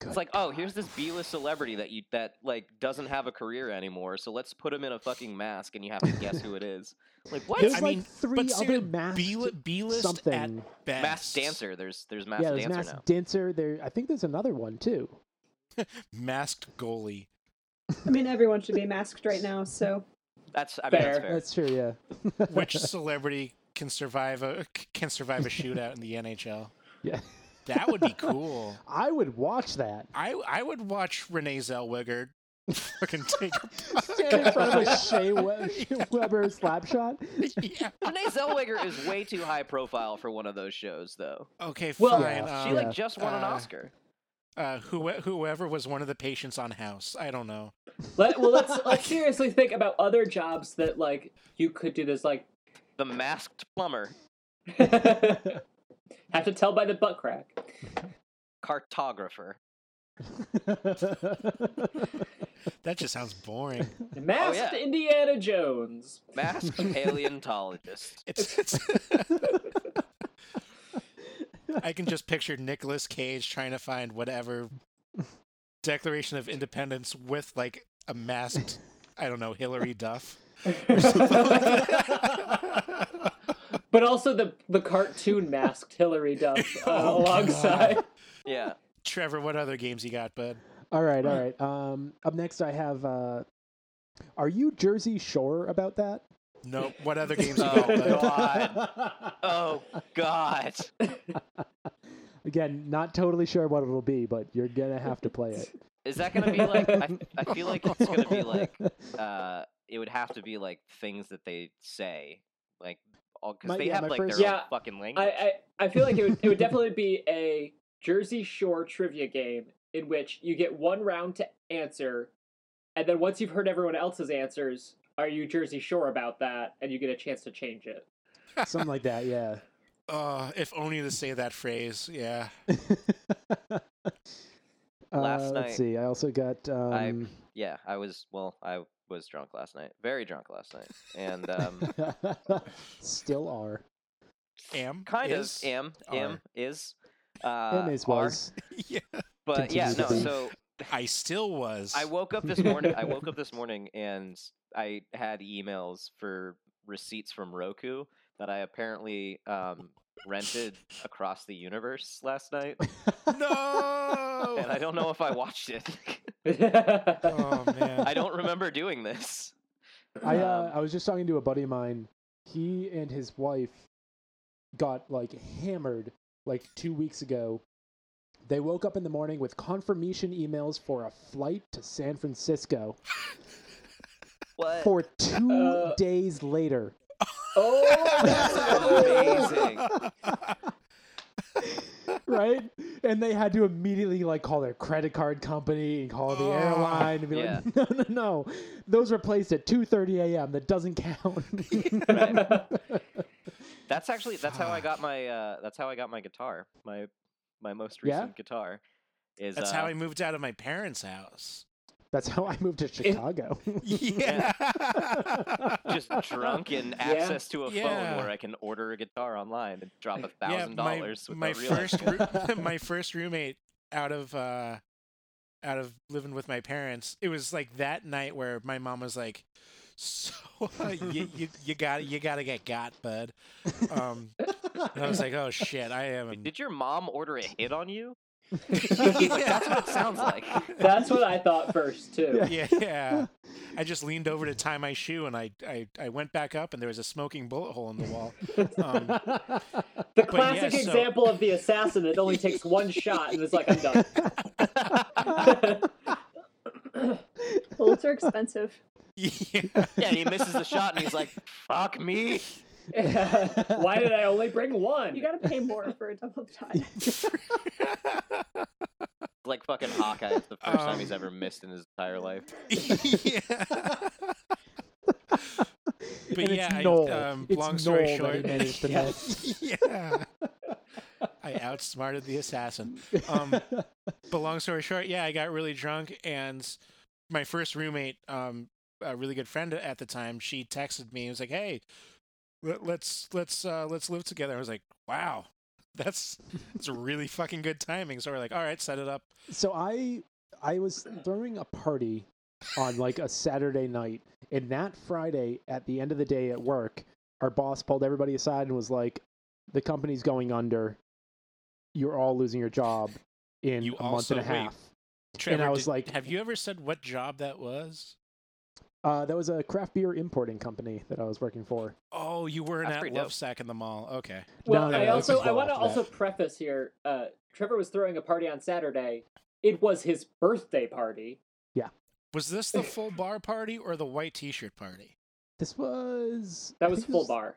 Speaker 3: Good
Speaker 5: it's like, oh, here's this B-list celebrity that you that like doesn't have a career anymore, so let's put him in a fucking mask and you have to guess who it is. Like what?
Speaker 3: There's
Speaker 2: I
Speaker 3: like
Speaker 2: mean,
Speaker 3: three
Speaker 2: but
Speaker 3: other
Speaker 2: seriously,
Speaker 3: masked
Speaker 2: B- B-list at
Speaker 3: something.
Speaker 2: best.
Speaker 5: Masked dancer. There's there's masked
Speaker 3: yeah, there's
Speaker 5: dancer
Speaker 3: masked
Speaker 5: now.
Speaker 3: dancer. There, I think there's another one too.
Speaker 2: Masked goalie.
Speaker 6: I mean, everyone should be masked right now, so
Speaker 5: That's I mean that's
Speaker 1: Fair.
Speaker 5: fair.
Speaker 3: That's true. Yeah.
Speaker 2: <laughs> Which celebrity can survive a can survive a shootout in the NHL?
Speaker 3: Yeah.
Speaker 2: That would be cool.
Speaker 3: <laughs> I would watch that.
Speaker 2: I I would watch Renee Zellweger fucking take a
Speaker 3: Stand in front of <laughs> a Shea We- Weber slap shot.
Speaker 2: yeah.
Speaker 5: Renee
Speaker 3: <laughs>
Speaker 5: Zellweger is way too high profile for one of those shows though.
Speaker 2: Okay,
Speaker 1: Well,
Speaker 2: fine.
Speaker 3: Yeah.
Speaker 2: um,
Speaker 5: She like just won an
Speaker 2: uh,
Speaker 5: Oscar.
Speaker 2: uh, who, whoever was one of the patients on House, I don't know.
Speaker 1: Let, well,
Speaker 2: <laughs>
Speaker 1: let's let's seriously think about other jobs that like you could do this. Like,
Speaker 5: The masked plumber,
Speaker 1: <laughs> have to tell by the butt crack.
Speaker 5: cartographer.
Speaker 2: That just sounds boring.
Speaker 1: Masked
Speaker 5: yeah.
Speaker 1: Indiana Jones.
Speaker 3: <laughs>
Speaker 5: Masked paleontologist.
Speaker 2: It's, it's I can just picture Nicolas Cage trying to find whatever Declaration of Independence with like a masked, I don't know, Hillary Duff.
Speaker 1: But also the the cartoon masked Hillary Duff uh,
Speaker 2: Oh,
Speaker 1: alongside.
Speaker 5: Yeah.
Speaker 2: <laughs> Trevor, what other games you got, bud?
Speaker 3: <laughs> all right, all right. Um, up next, I have. Uh, are you Jersey Shore about that?
Speaker 2: Nope. What other games you
Speaker 3: <laughs>
Speaker 2: got,
Speaker 5: Oh
Speaker 2: bud?
Speaker 5: god. Oh god.
Speaker 3: Again, not totally sure what it'll be, but you're gonna have to play it.
Speaker 5: Is that gonna be like I, I feel like it's gonna
Speaker 1: <laughs>
Speaker 5: be like
Speaker 3: <laughs>
Speaker 5: uh it would have to be like things that they say. Like all
Speaker 3: My-
Speaker 5: because they
Speaker 3: yeah,
Speaker 5: have
Speaker 3: my
Speaker 5: like their
Speaker 3: first-
Speaker 5: own
Speaker 1: Yeah,
Speaker 5: fucking language.
Speaker 1: I, I I feel like it would it would definitely be a Jersey Shore trivia game in which you get one round to answer, and then once you've heard everyone else's answers, are you Jersey Shore about that? And you get a chance to change it. <laughs>
Speaker 3: Something like that, yeah.
Speaker 2: Uh, if only to say that phrase. Yeah.
Speaker 3: uh,
Speaker 5: <laughs> Last night-
Speaker 3: Let's see. I also got. Um,
Speaker 5: I- yeah, I was well, I was drunk last night. Very drunk last night. And um
Speaker 3: <laughs> still are.
Speaker 2: Am
Speaker 5: kind
Speaker 2: is,
Speaker 5: of am
Speaker 2: are.
Speaker 5: am is uh
Speaker 3: and is
Speaker 5: are,
Speaker 3: was.
Speaker 2: <laughs> Yeah.
Speaker 5: but yeah, no,
Speaker 3: continues to be.
Speaker 5: so
Speaker 2: I still was. <laughs>
Speaker 5: I woke up this morning. I woke up this morning and I had emails for receipts from Roku that I apparently um, rented across the universe last night,
Speaker 2: no.
Speaker 5: <laughs> and I don't know if I watched it.
Speaker 2: <laughs>
Speaker 5: <laughs>
Speaker 2: Oh man.
Speaker 5: I <laughs> don't remember doing this.
Speaker 3: I uh,
Speaker 5: Um,
Speaker 3: I was just talking to a buddy of mine. He and his wife got like hammered like two weeks ago. They woke up in the morning with confirmation emails for a flight to San Francisco
Speaker 5: What?
Speaker 3: for two
Speaker 5: <laughs>
Speaker 1: Uh,
Speaker 3: days later.
Speaker 1: oh,
Speaker 5: that's amazing.
Speaker 3: right? And they had to immediately like call their credit card company and call the
Speaker 2: Oh,
Speaker 3: airline and be like, <laughs> no, no, no, those were placed at 2:30 a.m. That
Speaker 2: <laughs>
Speaker 3: doesn't count. <laughs>
Speaker 5: That's actually that's how I got
Speaker 2: Fuck.
Speaker 5: my uh, that's how I got my guitar. My my most
Speaker 3: Yeah?
Speaker 5: recent guitar is
Speaker 2: That's
Speaker 5: uh,
Speaker 2: how I <laughs> moved out of my parents'
Speaker 5: <laughs>
Speaker 2: house.
Speaker 3: That's how I moved to Chicago.
Speaker 2: <laughs>
Speaker 3: <laughs>
Speaker 2: Yeah. <laughs>
Speaker 5: just drunk and
Speaker 1: Yeah.
Speaker 5: access to a
Speaker 2: Yeah. Uh,
Speaker 5: phone where I can order a guitar online and drop a
Speaker 2: Yeah,
Speaker 5: thousand
Speaker 2: my-
Speaker 5: dollars with
Speaker 2: My
Speaker 5: no real
Speaker 2: first,
Speaker 5: idea.
Speaker 2: roo- <laughs> my
Speaker 5: <laughs>
Speaker 2: first roommate out of uh, out of living with my parents. It was like that night where my mom was like, "So <laughs> uh, you, you you got you got to get got, bud." Um, and I was like, "Oh shit, I am."
Speaker 5: Did your mom order a hit on you?
Speaker 2: <laughs> That's
Speaker 5: what it sounds
Speaker 3: <laughs>
Speaker 5: like.
Speaker 1: that's what I thought first too.
Speaker 2: yeah, yeah. I just leaned over to tie my shoe, and I, I, I went back up, and there was a smoking bullet hole in the wall. Um, <laughs>
Speaker 1: The
Speaker 2: But yeah,
Speaker 1: classic
Speaker 2: so-
Speaker 1: example of the assassin that only takes one shot and is like, I'm
Speaker 3: <laughs>
Speaker 1: done.
Speaker 6: bullets are expensive.
Speaker 2: yeah.
Speaker 5: Yeah, and he misses the shot, and he's like, "Fuck me."
Speaker 1: Why did I only bring one?
Speaker 6: You gotta pay more for a double die.
Speaker 5: Like fucking Hawkeye. It's the first time he's
Speaker 2: Um.
Speaker 5: ever missed in his entire life.
Speaker 2: yeah. <laughs> But
Speaker 3: And
Speaker 2: yeah,
Speaker 3: it's
Speaker 2: I-
Speaker 3: Noel.
Speaker 2: um,
Speaker 3: it's
Speaker 2: long story
Speaker 3: Noel
Speaker 2: short, <laughs>
Speaker 3: that he managed to
Speaker 2: yeah,
Speaker 3: miss.
Speaker 2: yeah. I outsmarted the assassin. Um, But long story short, yeah, I got really drunk, and my first roommate, um, a really good friend at the time, she texted me and was like, "Hey, let, let's let's uh, let's live together." I was like, "Wow, that's that's really fucking good timing." So we're like, "All right, set it up."
Speaker 3: so I I was throwing a party on like a Saturday night, and that Friday at the end of the day at work, our boss pulled everybody aside and was like, "The company's going under. You're all losing your job in
Speaker 2: You
Speaker 3: a month and a
Speaker 2: also- wait.
Speaker 3: half."
Speaker 2: Trevor,
Speaker 3: I was
Speaker 2: did-
Speaker 3: like-
Speaker 2: "Have you ever said what job that was?"
Speaker 3: Uh, that was a craft beer importing company that I was working for.
Speaker 2: Oh, you were
Speaker 5: That's
Speaker 2: at
Speaker 5: pretty dope.
Speaker 2: Lovesack in the mall. Okay,
Speaker 1: Well,
Speaker 3: No, no,
Speaker 1: I
Speaker 3: no, this
Speaker 1: also
Speaker 3: was
Speaker 1: I
Speaker 3: well
Speaker 1: want to
Speaker 3: after
Speaker 1: also
Speaker 3: that.
Speaker 1: preface here. Uh, Trevor was throwing a party on Saturday. It was his birthday party.
Speaker 2: was this the
Speaker 5: <laughs>
Speaker 2: full bar party or the white T-shirt party?
Speaker 3: This was
Speaker 1: That
Speaker 3: I
Speaker 1: was
Speaker 3: think this
Speaker 1: full bar.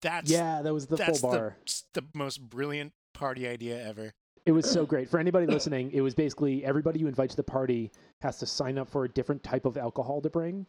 Speaker 2: That's
Speaker 3: Yeah, that was the
Speaker 2: that's
Speaker 3: full bar.
Speaker 2: The, the most brilliant party idea ever.
Speaker 3: It was so great. For anybody listening, it was basically everybody you invite to the party has to sign up for a different type of alcohol to bring.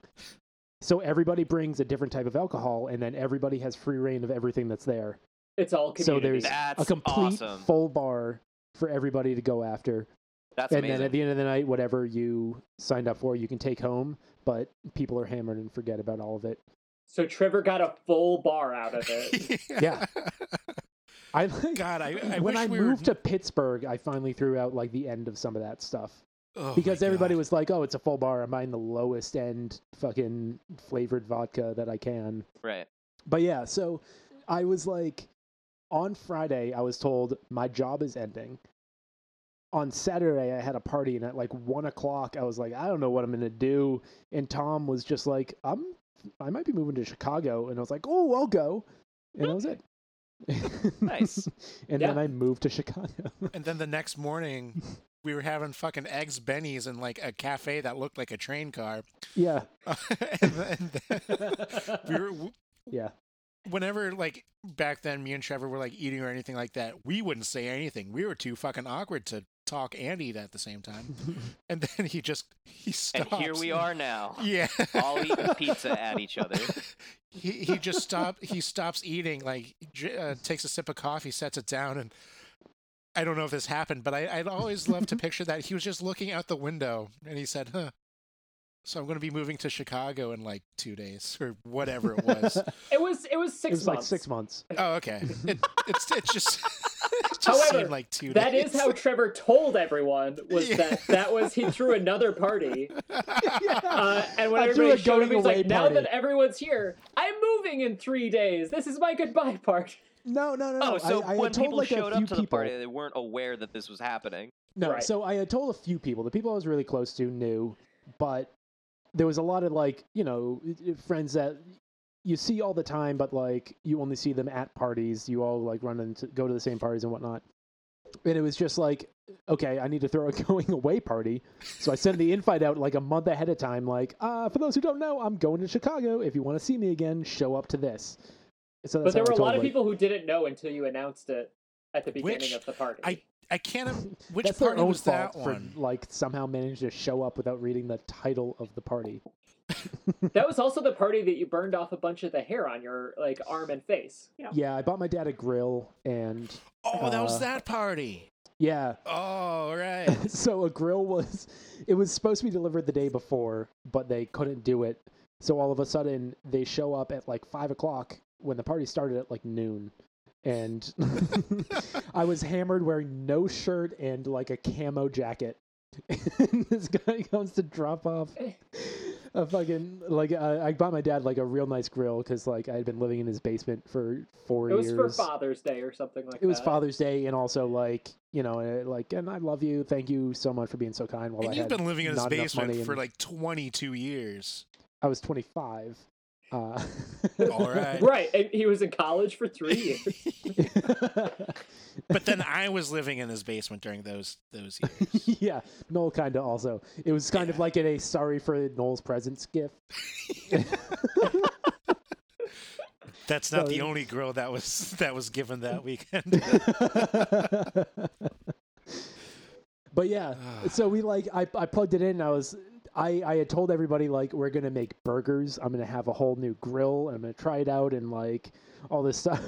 Speaker 3: So everybody brings a different type of alcohol, and then everybody has free reign of everything that's there.
Speaker 1: It's all
Speaker 3: So
Speaker 1: community.
Speaker 3: there's
Speaker 5: That's
Speaker 3: a complete
Speaker 5: awesome.
Speaker 3: full bar for everybody to go after.
Speaker 5: That's
Speaker 3: and
Speaker 5: amazing.
Speaker 3: then at the end of the night, whatever you signed up for, you can take home, but people are hammered and forget about all of it.
Speaker 1: so Trevor got a full bar out of
Speaker 3: <laughs>
Speaker 1: it.
Speaker 3: Yeah. I
Speaker 2: <laughs>
Speaker 3: like,
Speaker 2: God, I, I
Speaker 3: when
Speaker 2: wish
Speaker 3: I
Speaker 2: we
Speaker 3: moved
Speaker 2: were...
Speaker 3: to Pittsburgh, I finally threw out like the end of some of that stuff.
Speaker 2: Oh my
Speaker 3: because everybody
Speaker 2: God.
Speaker 3: was like, "Oh, it's a full bar. I'm buying the lowest end fucking flavored vodka that I can."
Speaker 5: Right.
Speaker 3: But yeah, so I was like, on Friday, I was told my job is ending. On Saturday, I had a party, and at like one o'clock, I was like, "I don't know what I'm gonna do." And Tom was just like, "I'm, I might be moving to Chicago," and I was like, "Oh, I'll go," and that was it.
Speaker 5: Nice.
Speaker 3: <laughs> and then
Speaker 1: Yeah.
Speaker 3: I moved to Chicago. <laughs>
Speaker 2: And then the next morning, we were having fucking eggs bennies in like a cafe that looked like a train car. <laughs>
Speaker 3: yeah,
Speaker 2: and then, we were
Speaker 3: yeah.
Speaker 2: whenever like back then, me and Trevor were like eating or anything like that. We wouldn't say anything. We were too fucking awkward to talk and eat at the same time. And then he just he
Speaker 5: And
Speaker 2: stops.
Speaker 5: here we are now,
Speaker 2: <laughs> Yeah.
Speaker 5: all eating pizza at each other.
Speaker 2: he he just stop he stops eating like j- uh, takes a sip of coffee sets it down and i don't know if this happened but I, i'd always love
Speaker 5: <laughs>
Speaker 2: to picture that he was just looking out the window and he said huh so i'm going to be moving to chicago in like two days or whatever it
Speaker 5: <laughs>
Speaker 2: was
Speaker 1: It was it was
Speaker 3: It
Speaker 1: six
Speaker 3: was
Speaker 1: months.
Speaker 3: like
Speaker 1: <laughs>
Speaker 3: six months.
Speaker 2: oh okay it, it's it's just <laughs> it just
Speaker 1: However,
Speaker 2: seemed like two
Speaker 1: That
Speaker 2: days
Speaker 1: is how Trevor told everyone
Speaker 3: <laughs>
Speaker 1: was
Speaker 2: Yeah.
Speaker 1: that that was he threw another party.
Speaker 3: <laughs>
Speaker 1: Uh, and when
Speaker 3: I
Speaker 1: everybody
Speaker 3: threw a
Speaker 1: showed up,
Speaker 3: going
Speaker 1: he's
Speaker 3: away
Speaker 1: like, "Now
Speaker 3: party."
Speaker 1: that everyone's here, I'm moving in three days. This is my goodbye <laughs> party."
Speaker 3: No, no, no, <laughs> no.
Speaker 5: Oh, so
Speaker 3: I, I had
Speaker 5: when
Speaker 3: told,
Speaker 5: people
Speaker 3: like, a
Speaker 5: showed
Speaker 3: few
Speaker 5: up to the
Speaker 3: people-
Speaker 5: party, they weren't aware that this
Speaker 3: <laughs>
Speaker 5: was happening.
Speaker 3: No,
Speaker 1: Right.
Speaker 3: so I had told a few people. The people I was really close to knew, but there was a lot of like, you know, i- i- friends that you see all the time, but like you only see them at parties. You all like run into go to the same parties and whatnot. And it was just like, okay, I need to throw a <laughs> going away party. So I sent the invite out like a month ahead of time, like, uh, for those who don't know, I'm going to Chicago. If you want to see me again, show up to this. So
Speaker 1: But
Speaker 3: that's
Speaker 1: there were
Speaker 3: how I
Speaker 1: a
Speaker 3: told,
Speaker 1: lot of
Speaker 3: like-
Speaker 1: people who didn't know until you announced it at the beginning
Speaker 2: Which
Speaker 1: of the party.
Speaker 2: i can't im- which
Speaker 3: That's
Speaker 2: party
Speaker 3: their own
Speaker 2: was that
Speaker 3: fault
Speaker 2: one
Speaker 3: for like somehow managed to show up without reading the title of the party.
Speaker 1: <laughs> That was also the party that you burned off a bunch of the hair on your like arm and face.
Speaker 3: Yeah, I bought my dad a grill, and
Speaker 2: oh that was
Speaker 3: uh,
Speaker 2: that party
Speaker 3: yeah,
Speaker 2: oh right
Speaker 3: <laughs> so a grill was it was supposed to be delivered the day before, but they couldn't do it. So all of a sudden, they show up at like five o'clock when the party started at like noon, and <laughs> I was hammered, wearing no shirt and like a camo jacket. <laughs> and this guy comes to drop off a fucking like uh, I, I bought my dad like a real nice grill because like I had been living in his basement for four
Speaker 1: It was
Speaker 3: years.
Speaker 1: for Father's Day or something like that.
Speaker 3: it was Father's Day, and also like you know, uh, like, and I love you. Thank you so much for being so kind. While
Speaker 2: and
Speaker 3: I
Speaker 2: you've
Speaker 3: had
Speaker 2: been living in his
Speaker 3: not enough money
Speaker 2: basement
Speaker 3: and
Speaker 2: for like 22
Speaker 3: <laughs>
Speaker 2: years.
Speaker 3: I was 25. Uh,
Speaker 2: <laughs> All right.
Speaker 1: Right, and he was in college for three years.
Speaker 2: But then I was living in his basement during those those years.
Speaker 3: <laughs> <laughs> yeah, Noel kind of also. It was kind of like in a sorry for Noel's
Speaker 2: <laughs>
Speaker 3: presence gift. <laughs>
Speaker 2: That's not the
Speaker 3: So-
Speaker 2: only grill that was <laughs> that was given
Speaker 3: <laughs>
Speaker 2: that weekend. <laughs>
Speaker 3: but yeah, <sighs>
Speaker 2: Ah,
Speaker 3: so we like I, I plugged it in. And I was I I had told everybody like we're gonna make burgers. I'm gonna have a whole new grill. And I'm <laughs> gonna try it out and like all this stuff.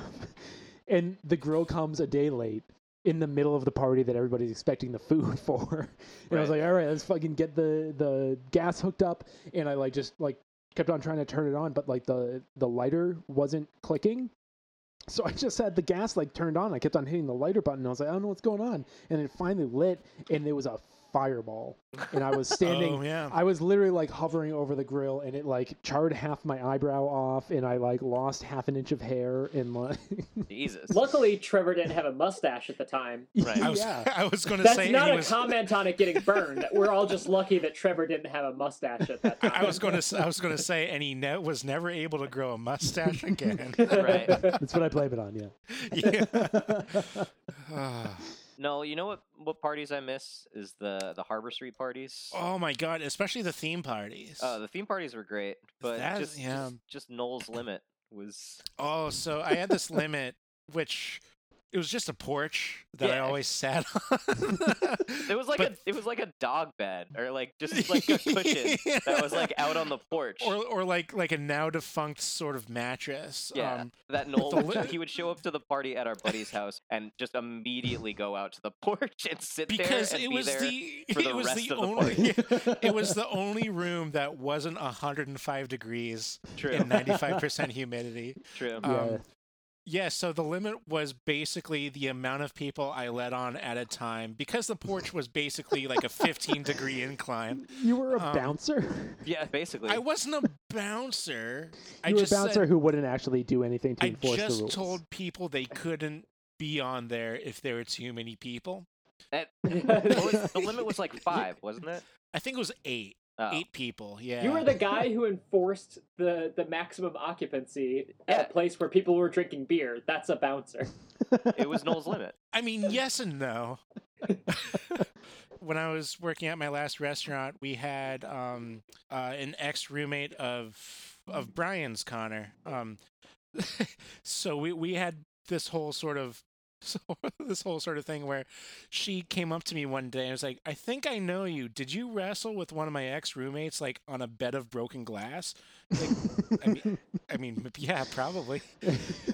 Speaker 3: And the grill comes a day late. in the middle of the party that everybody's expecting the food <laughs> for. And I was
Speaker 5: Right.
Speaker 3: like, all right, let's fucking get the the gas hooked up. And I like just like kept on trying to turn it on, but like the the lighter wasn't clicking. So I just had the gas like turned on. I kept on hitting the lighter button. I was like, I don't know what's going on. And it finally lit, and there was a fireball. And I was standing
Speaker 2: <laughs> Oh yeah.
Speaker 3: I was literally like hovering over the grill, and it like charred half my eyebrow off, and I like lost half an inch of hair, and <laughs> like
Speaker 5: Jesus.
Speaker 1: Luckily, Trevor didn't have a mustache at the time.
Speaker 5: Right.
Speaker 2: I was,
Speaker 3: yeah,
Speaker 2: <laughs>
Speaker 5: <laughs>
Speaker 2: I was going to
Speaker 1: That's
Speaker 2: say
Speaker 1: not
Speaker 2: he
Speaker 1: a
Speaker 2: was,
Speaker 1: comment on it getting burned. We're all just lucky that Trevor didn't have a mustache at that time.
Speaker 2: <laughs> <laughs> I was going to I was going to say and he ne- was never able to grow a
Speaker 3: <laughs>
Speaker 2: mustache again.
Speaker 5: Right.
Speaker 3: that's what I blame it on. Yeah,
Speaker 2: <laughs> yeah. <sighs> Ah.
Speaker 5: No, you know what? What parties I miss is the the Harbor Street parties.
Speaker 2: Oh my god, especially the theme parties.
Speaker 5: Uh, the theme parties were great, but
Speaker 2: That-
Speaker 5: just,
Speaker 2: yeah.
Speaker 5: just just Noel's limit was
Speaker 2: Oh, so I had this limit, which it was just a porch that I
Speaker 5: Yeah.
Speaker 2: always sat on.
Speaker 5: it was like
Speaker 2: But-
Speaker 5: a it was like a dog bed or like
Speaker 2: <laughs>
Speaker 5: just <laughs> like a cushion that was like out on the porch.
Speaker 2: or or like like a now defunct sort of mattress.
Speaker 5: Yeah.
Speaker 2: Um, <laughs>
Speaker 5: that Noel
Speaker 2: the
Speaker 5: would-
Speaker 2: li-
Speaker 5: he would show up to the party at our buddy's house and just immediately go out to the <laughs> porch and sit
Speaker 2: because
Speaker 5: there and
Speaker 2: it
Speaker 5: be
Speaker 2: was
Speaker 5: there.
Speaker 2: the,
Speaker 5: for the
Speaker 2: it was
Speaker 5: rest
Speaker 2: the
Speaker 5: of the
Speaker 2: only <laughs> it was the only room that wasn't 105 degrees
Speaker 5: True,
Speaker 2: and 95% humidity.
Speaker 5: <laughs> true.
Speaker 2: Um,
Speaker 3: <laughs> yeah.
Speaker 2: Yeah, so the limit was basically the amount of people I let on at a time because the porch was basically like a 15
Speaker 5: <laughs>
Speaker 2: degree incline.
Speaker 3: you were a
Speaker 2: um,
Speaker 3: bouncer.
Speaker 5: yeah, basically. <laughs>
Speaker 2: I wasn't a bouncer. I
Speaker 3: you were a
Speaker 2: just said-
Speaker 3: bouncer who wouldn't actually do anything to
Speaker 2: I
Speaker 3: enforce the
Speaker 2: just
Speaker 3: rules. <laughs>
Speaker 2: told people they couldn't be on there if there were too many people.
Speaker 5: What was-
Speaker 2: <laughs>
Speaker 5: the limit was like five, wasn't it?
Speaker 2: I think it was eight.
Speaker 5: Oh.
Speaker 2: Eight people. Yeah.
Speaker 1: You were the guy who enforced the, the maximum occupancy at
Speaker 5: Yeah.
Speaker 1: a place where people were drinking beer. That's a
Speaker 2: <laughs>
Speaker 1: bouncer. <laughs>
Speaker 5: It was Noel's limit.
Speaker 2: I mean, yes and no. <laughs> when I was working at my last restaurant, we had um, uh, an ex roommate of of Brian's Connor. Um, <laughs> so we we had this whole sort of <laughs> so this whole sort of thing where she came up to me one day and was like, "I think I know you. Did you wrestle with one of my ex roommates like on a bed of broken glass?" I mean- I mean, <laughs> yeah, probably.
Speaker 3: <laughs>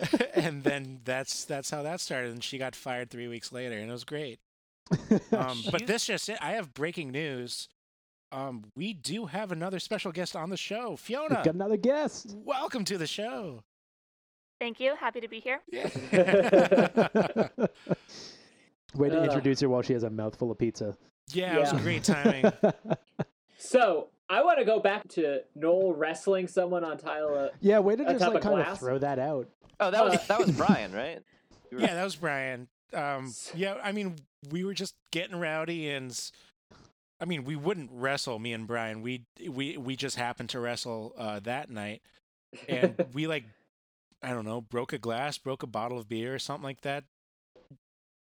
Speaker 2: <laughs> and then that's that's how that started and she got fired three weeks later and it was great
Speaker 3: <laughs>
Speaker 2: um, but
Speaker 5: Jeez.
Speaker 2: this just it, i have breaking news um, we do have another special guest on the show fiona
Speaker 3: We've got
Speaker 1: <laughs>
Speaker 3: another guest. <laughs>
Speaker 2: welcome to the show
Speaker 8: Thank you. Happy to be here.
Speaker 2: yeah,
Speaker 3: Way to
Speaker 1: Ugh.
Speaker 3: introduce her while she has a mouthful of
Speaker 2: it
Speaker 3: pizza.
Speaker 2: was
Speaker 1: Yeah.
Speaker 3: <laughs>
Speaker 2: great timing
Speaker 1: So I want to go back to Noel wrestling someone on Tyler.
Speaker 3: yeah, way to
Speaker 1: On
Speaker 3: just
Speaker 1: top of
Speaker 3: like kind of
Speaker 1: glass?
Speaker 3: throw that out.
Speaker 5: Oh, that
Speaker 1: Uh,
Speaker 5: was that
Speaker 2: <laughs>
Speaker 5: was Brian, right? You were-
Speaker 2: yeah that was brian um, yeah i mean we were just getting rowdy and s- i mean we wouldn't wrestle me and brian we we we just happened to wrestle uh, that night and we like i don't know broke a glass broke a bottle of beer or something like that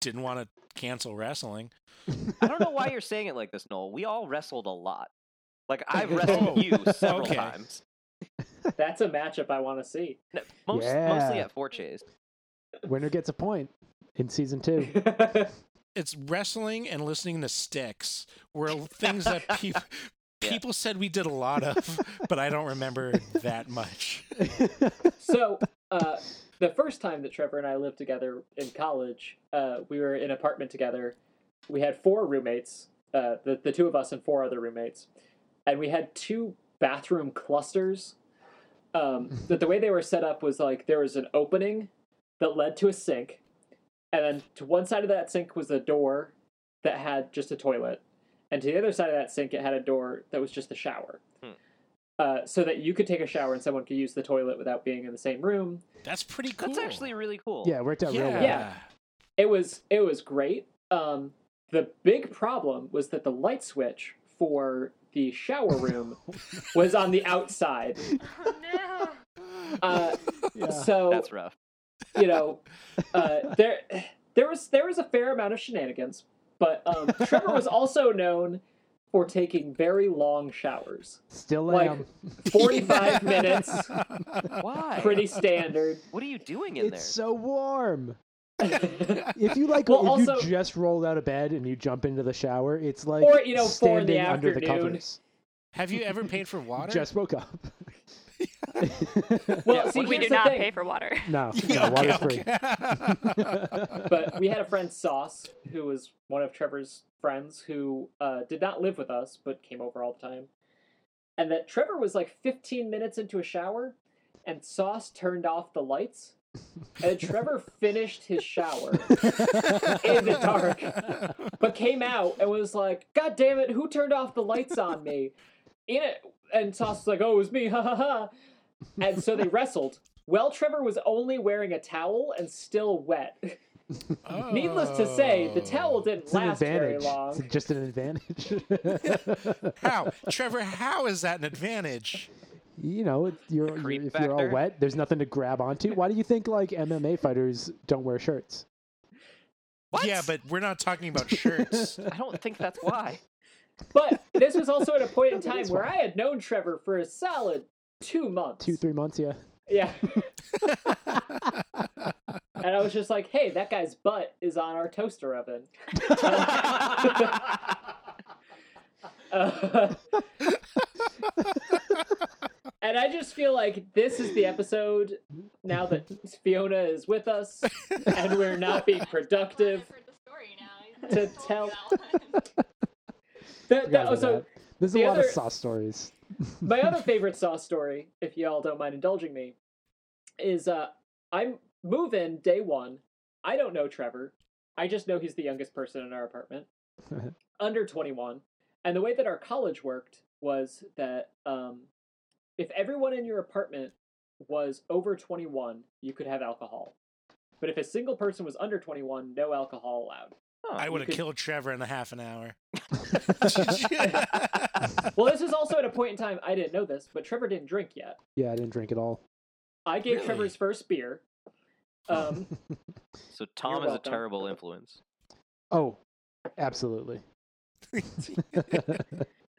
Speaker 2: didn't want to cancel wrestling
Speaker 5: I don't know why you're saying it like this, Noel. We all wrestled a lot.
Speaker 2: <laughs>
Speaker 5: Like I've wrestled
Speaker 2: Oh,
Speaker 5: you several
Speaker 2: okay.
Speaker 5: times.
Speaker 1: <laughs> That's a matchup I want to see.
Speaker 5: No, Most, Mostly
Speaker 3: Yeah.
Speaker 5: at four chase.
Speaker 3: Winner gets a point in season two.
Speaker 1: <laughs>
Speaker 2: it's wrestling and listening to sticks were
Speaker 1: <laughs>
Speaker 2: things that people
Speaker 5: Yeah.
Speaker 2: people said we did a lot of but i don't remember that much
Speaker 1: so uh, the first time that Trevor and I lived together in college, uh, we were in an apartment together. We had four roommates, uh, the the two of us and four other roommates, and we had two bathroom clusters. Um, that the way they were set up was like there was an opening that led to a sink, and then to one side of that sink was a door that had just a toilet, and to the other side of that sink it had a door that was just the shower.
Speaker 5: Hmm.
Speaker 1: Uh, so that you could take a shower and someone could use the toilet without being in the same room.
Speaker 2: that's pretty cool
Speaker 5: That's actually really cool.
Speaker 3: yeah, it worked out real well.
Speaker 1: Yeah. It was it was great. Um, the big problem was that the light switch for the shower
Speaker 5: <laughs>
Speaker 1: room was on the outside.
Speaker 8: <laughs> Oh no.
Speaker 1: Uh,
Speaker 3: Yeah.
Speaker 1: So
Speaker 5: That's rough.
Speaker 1: you know, uh, there there was there was a fair amount of shenanigans, but um, Trevor was also known for taking very long
Speaker 5: <laughs>
Speaker 1: showers,
Speaker 3: Still
Speaker 1: like
Speaker 3: am.
Speaker 1: forty five minutes,
Speaker 2: <laughs>
Speaker 5: Why?
Speaker 1: pretty standard.
Speaker 5: <laughs> What are you doing in
Speaker 3: It's
Speaker 5: there?
Speaker 1: <laughs>
Speaker 3: so warm. If you like,
Speaker 1: Well,
Speaker 3: if
Speaker 1: also-
Speaker 3: you just rolled out of bed and you jump into the shower, it's like
Speaker 1: Or, you know, four in the
Speaker 3: standing under the
Speaker 1: afternoon.
Speaker 3: covers.
Speaker 2: <laughs> have you ever paid for water
Speaker 3: Just woke up.
Speaker 1: Well,
Speaker 5: Yeah,
Speaker 1: see,
Speaker 5: what
Speaker 1: here's
Speaker 5: we
Speaker 8: we do
Speaker 1: the
Speaker 8: not
Speaker 1: thing.
Speaker 8: pay for water.
Speaker 3: no,
Speaker 2: Yeah,
Speaker 3: no, water's free.
Speaker 2: okay.
Speaker 1: but we had a friend Sauce, who was one of Trevor's friends, who uh, did not live with us but came over all the time. And that Trevor was like 15 minutes into a shower, and Sauce turned off the lights, and Trevor finished his shower, <laughs> In the
Speaker 2: <laughs>
Speaker 1: dark. but came out and was like, "God damn it, who turned off the lights on me?" In it, and Sauce was like, "Oh, it was me!" Ha ha ha. And so they wrestled. Well, Trevor was only wearing a towel and still wet.
Speaker 2: Oh.
Speaker 1: Needless to say, the towel didn't
Speaker 3: It's an
Speaker 1: last very
Speaker 3: advantage.
Speaker 1: long.
Speaker 3: It's just
Speaker 1: <laughs>
Speaker 3: an advantage.
Speaker 2: How, Trevor? How is that an advantage?
Speaker 3: you know, it- you're, you're-
Speaker 5: creep
Speaker 3: if you're all
Speaker 5: factor.
Speaker 3: wet, there's nothing to grab onto. Why do you think like MMA fighters don't wear shirts?
Speaker 5: What?
Speaker 2: Yeah, but we're not talking
Speaker 1: <laughs>
Speaker 2: about shirts.
Speaker 1: uh,
Speaker 5: I don't think that's why.
Speaker 1: But this was also at a point
Speaker 3: <laughs>
Speaker 1: in time
Speaker 3: That's
Speaker 1: where I had known Trevor for a solid two months.
Speaker 3: Two, three months, yeah. <laughs>
Speaker 1: Yeah. and I was just like, hey, that guy's butt is on our toaster oven. <laughs> Uh, and I just feel like this is the episode now that Fiona is with us and we're not being productive. To tell- That,
Speaker 3: Forgot
Speaker 1: that,
Speaker 3: about
Speaker 1: oh, so
Speaker 3: that. There's a
Speaker 1: the
Speaker 3: lot
Speaker 1: other-
Speaker 3: of sauce stories.
Speaker 1: my other favorite sauce story, if y'all don't mind indulging me, is uh I'm moving day one. I don't know Trevor. I just know he's the youngest person in our apartment, under 21. And the way that our college worked was that um, if everyone in your apartment was over 21, you could have alcohol. But if a single person was under 21, no alcohol allowed.
Speaker 2: I would have
Speaker 1: could-
Speaker 2: killed Trevor in a half
Speaker 1: <laughs>
Speaker 2: an hour. <laughs> Oh,
Speaker 1: Well, this is also at a point in time I didn't know this, but Trevor didn't drink yet.
Speaker 3: Yeah, I didn't drink at all.
Speaker 1: I gave
Speaker 2: Really?
Speaker 1: Trevor his first beer. Um,
Speaker 5: So Tom is a
Speaker 1: welcome.
Speaker 5: terrible influence.
Speaker 3: <laughs> Oh,
Speaker 1: <laughs>
Speaker 3: absolutely.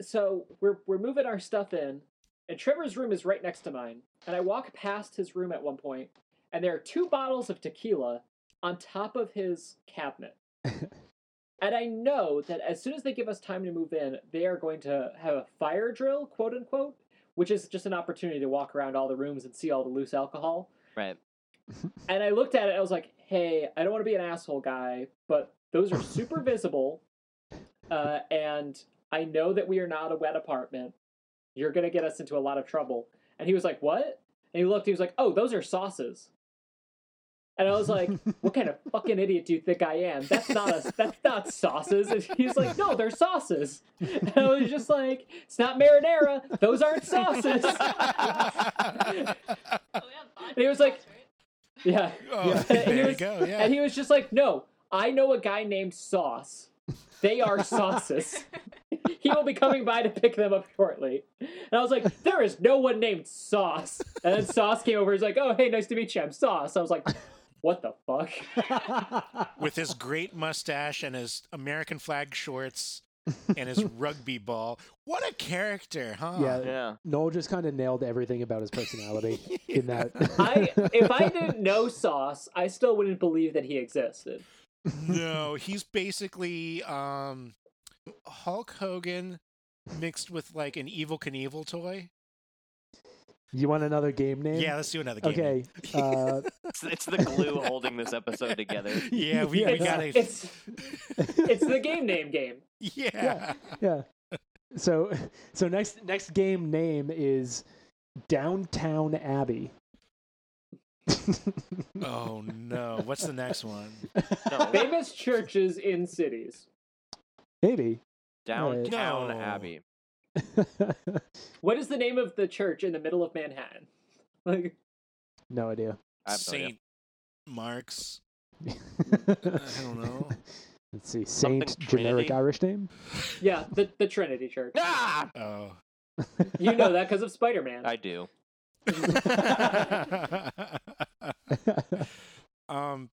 Speaker 1: so we're we're moving our stuff in, and Trevor's room is right next to mine. And I walk past his room at one point, and there are two bottles of tequila on top of his cabinet. and I know that as soon as they give us time to move in, they are going to have a fire drill, quote unquote, which is just an opportunity to walk around all the rooms and see all the loose alcohol.
Speaker 5: Right.
Speaker 1: And I looked at it, I was like, hey, I don't want to be an asshole guy, but those are super visible. Uh, and I know that we are not a wet apartment. You're going to get us into a lot of trouble. And he was like, what? And he looked, he was like, oh, those are sauces. And I was like, what kind of fucking idiot do you think I am? That's not a, that's not sauces. And he was like, no, they're sauces. And I was just like, it's not marinara. Those aren't sauces. He was like- yeah.
Speaker 2: Oh,
Speaker 1: Yeah.
Speaker 2: there
Speaker 1: He
Speaker 2: you
Speaker 1: was-
Speaker 2: go. Yeah.
Speaker 1: And he was just like, no, I know a guy named Sauce. They are sauces. he will be coming by to pick them up shortly. And I was like, there is no one named Sauce. And then Sauce came over. He's like, oh, hey, nice to meet you. I'm Sauce. I was like, what the fuck?
Speaker 2: With his great mustache and his American flag shorts
Speaker 1: <laughs>
Speaker 2: and his rugby ball. What a character, huh?
Speaker 3: Yeah.
Speaker 5: Yeah.
Speaker 3: Noel just kind of nailed everything about
Speaker 1: <laughs>
Speaker 3: his personality in that.
Speaker 1: I if I didn't know Sauce, I still wouldn't believe that he existed.
Speaker 2: No, he's basically um Hulk Hogan mixed with like an evil Knievel toy.
Speaker 3: <laughs> you want another game name?
Speaker 2: Yeah, let's do another game.
Speaker 3: Okay. Uh,
Speaker 5: It's, it's the glue holding this episode together.
Speaker 1: <laughs>
Speaker 2: Yeah, we, we
Speaker 3: Yes.
Speaker 2: gotta.
Speaker 1: It's
Speaker 3: uh,
Speaker 1: <laughs> it's the game name game.
Speaker 2: <laughs> yeah.
Speaker 3: yeah. So, <laughs> so next next game name is Downtown Abbey. <laughs>
Speaker 2: Oh no! What's the next one?
Speaker 5: <laughs> No,
Speaker 1: Famous churches in cities.
Speaker 3: Maybe. <laughs>
Speaker 5: Downtown
Speaker 2: No.
Speaker 5: Abbey.
Speaker 1: What is the name of the church in the middle of Manhattan? Like
Speaker 3: no idea.
Speaker 5: I have no idea.
Speaker 2: Saint Mark's.
Speaker 3: I <laughs>
Speaker 2: don't
Speaker 5: <laughs>
Speaker 2: know.
Speaker 3: Let's see.
Speaker 5: Something
Speaker 3: Saint generic
Speaker 5: Trinity?
Speaker 3: Irish name. <laughs>
Speaker 1: Yeah, the, the Trinity Church.
Speaker 5: Ah! <laughs>
Speaker 2: Oh. <laughs>
Speaker 1: You know that because of Spider Man.
Speaker 5: I do. <laughs>
Speaker 2: um.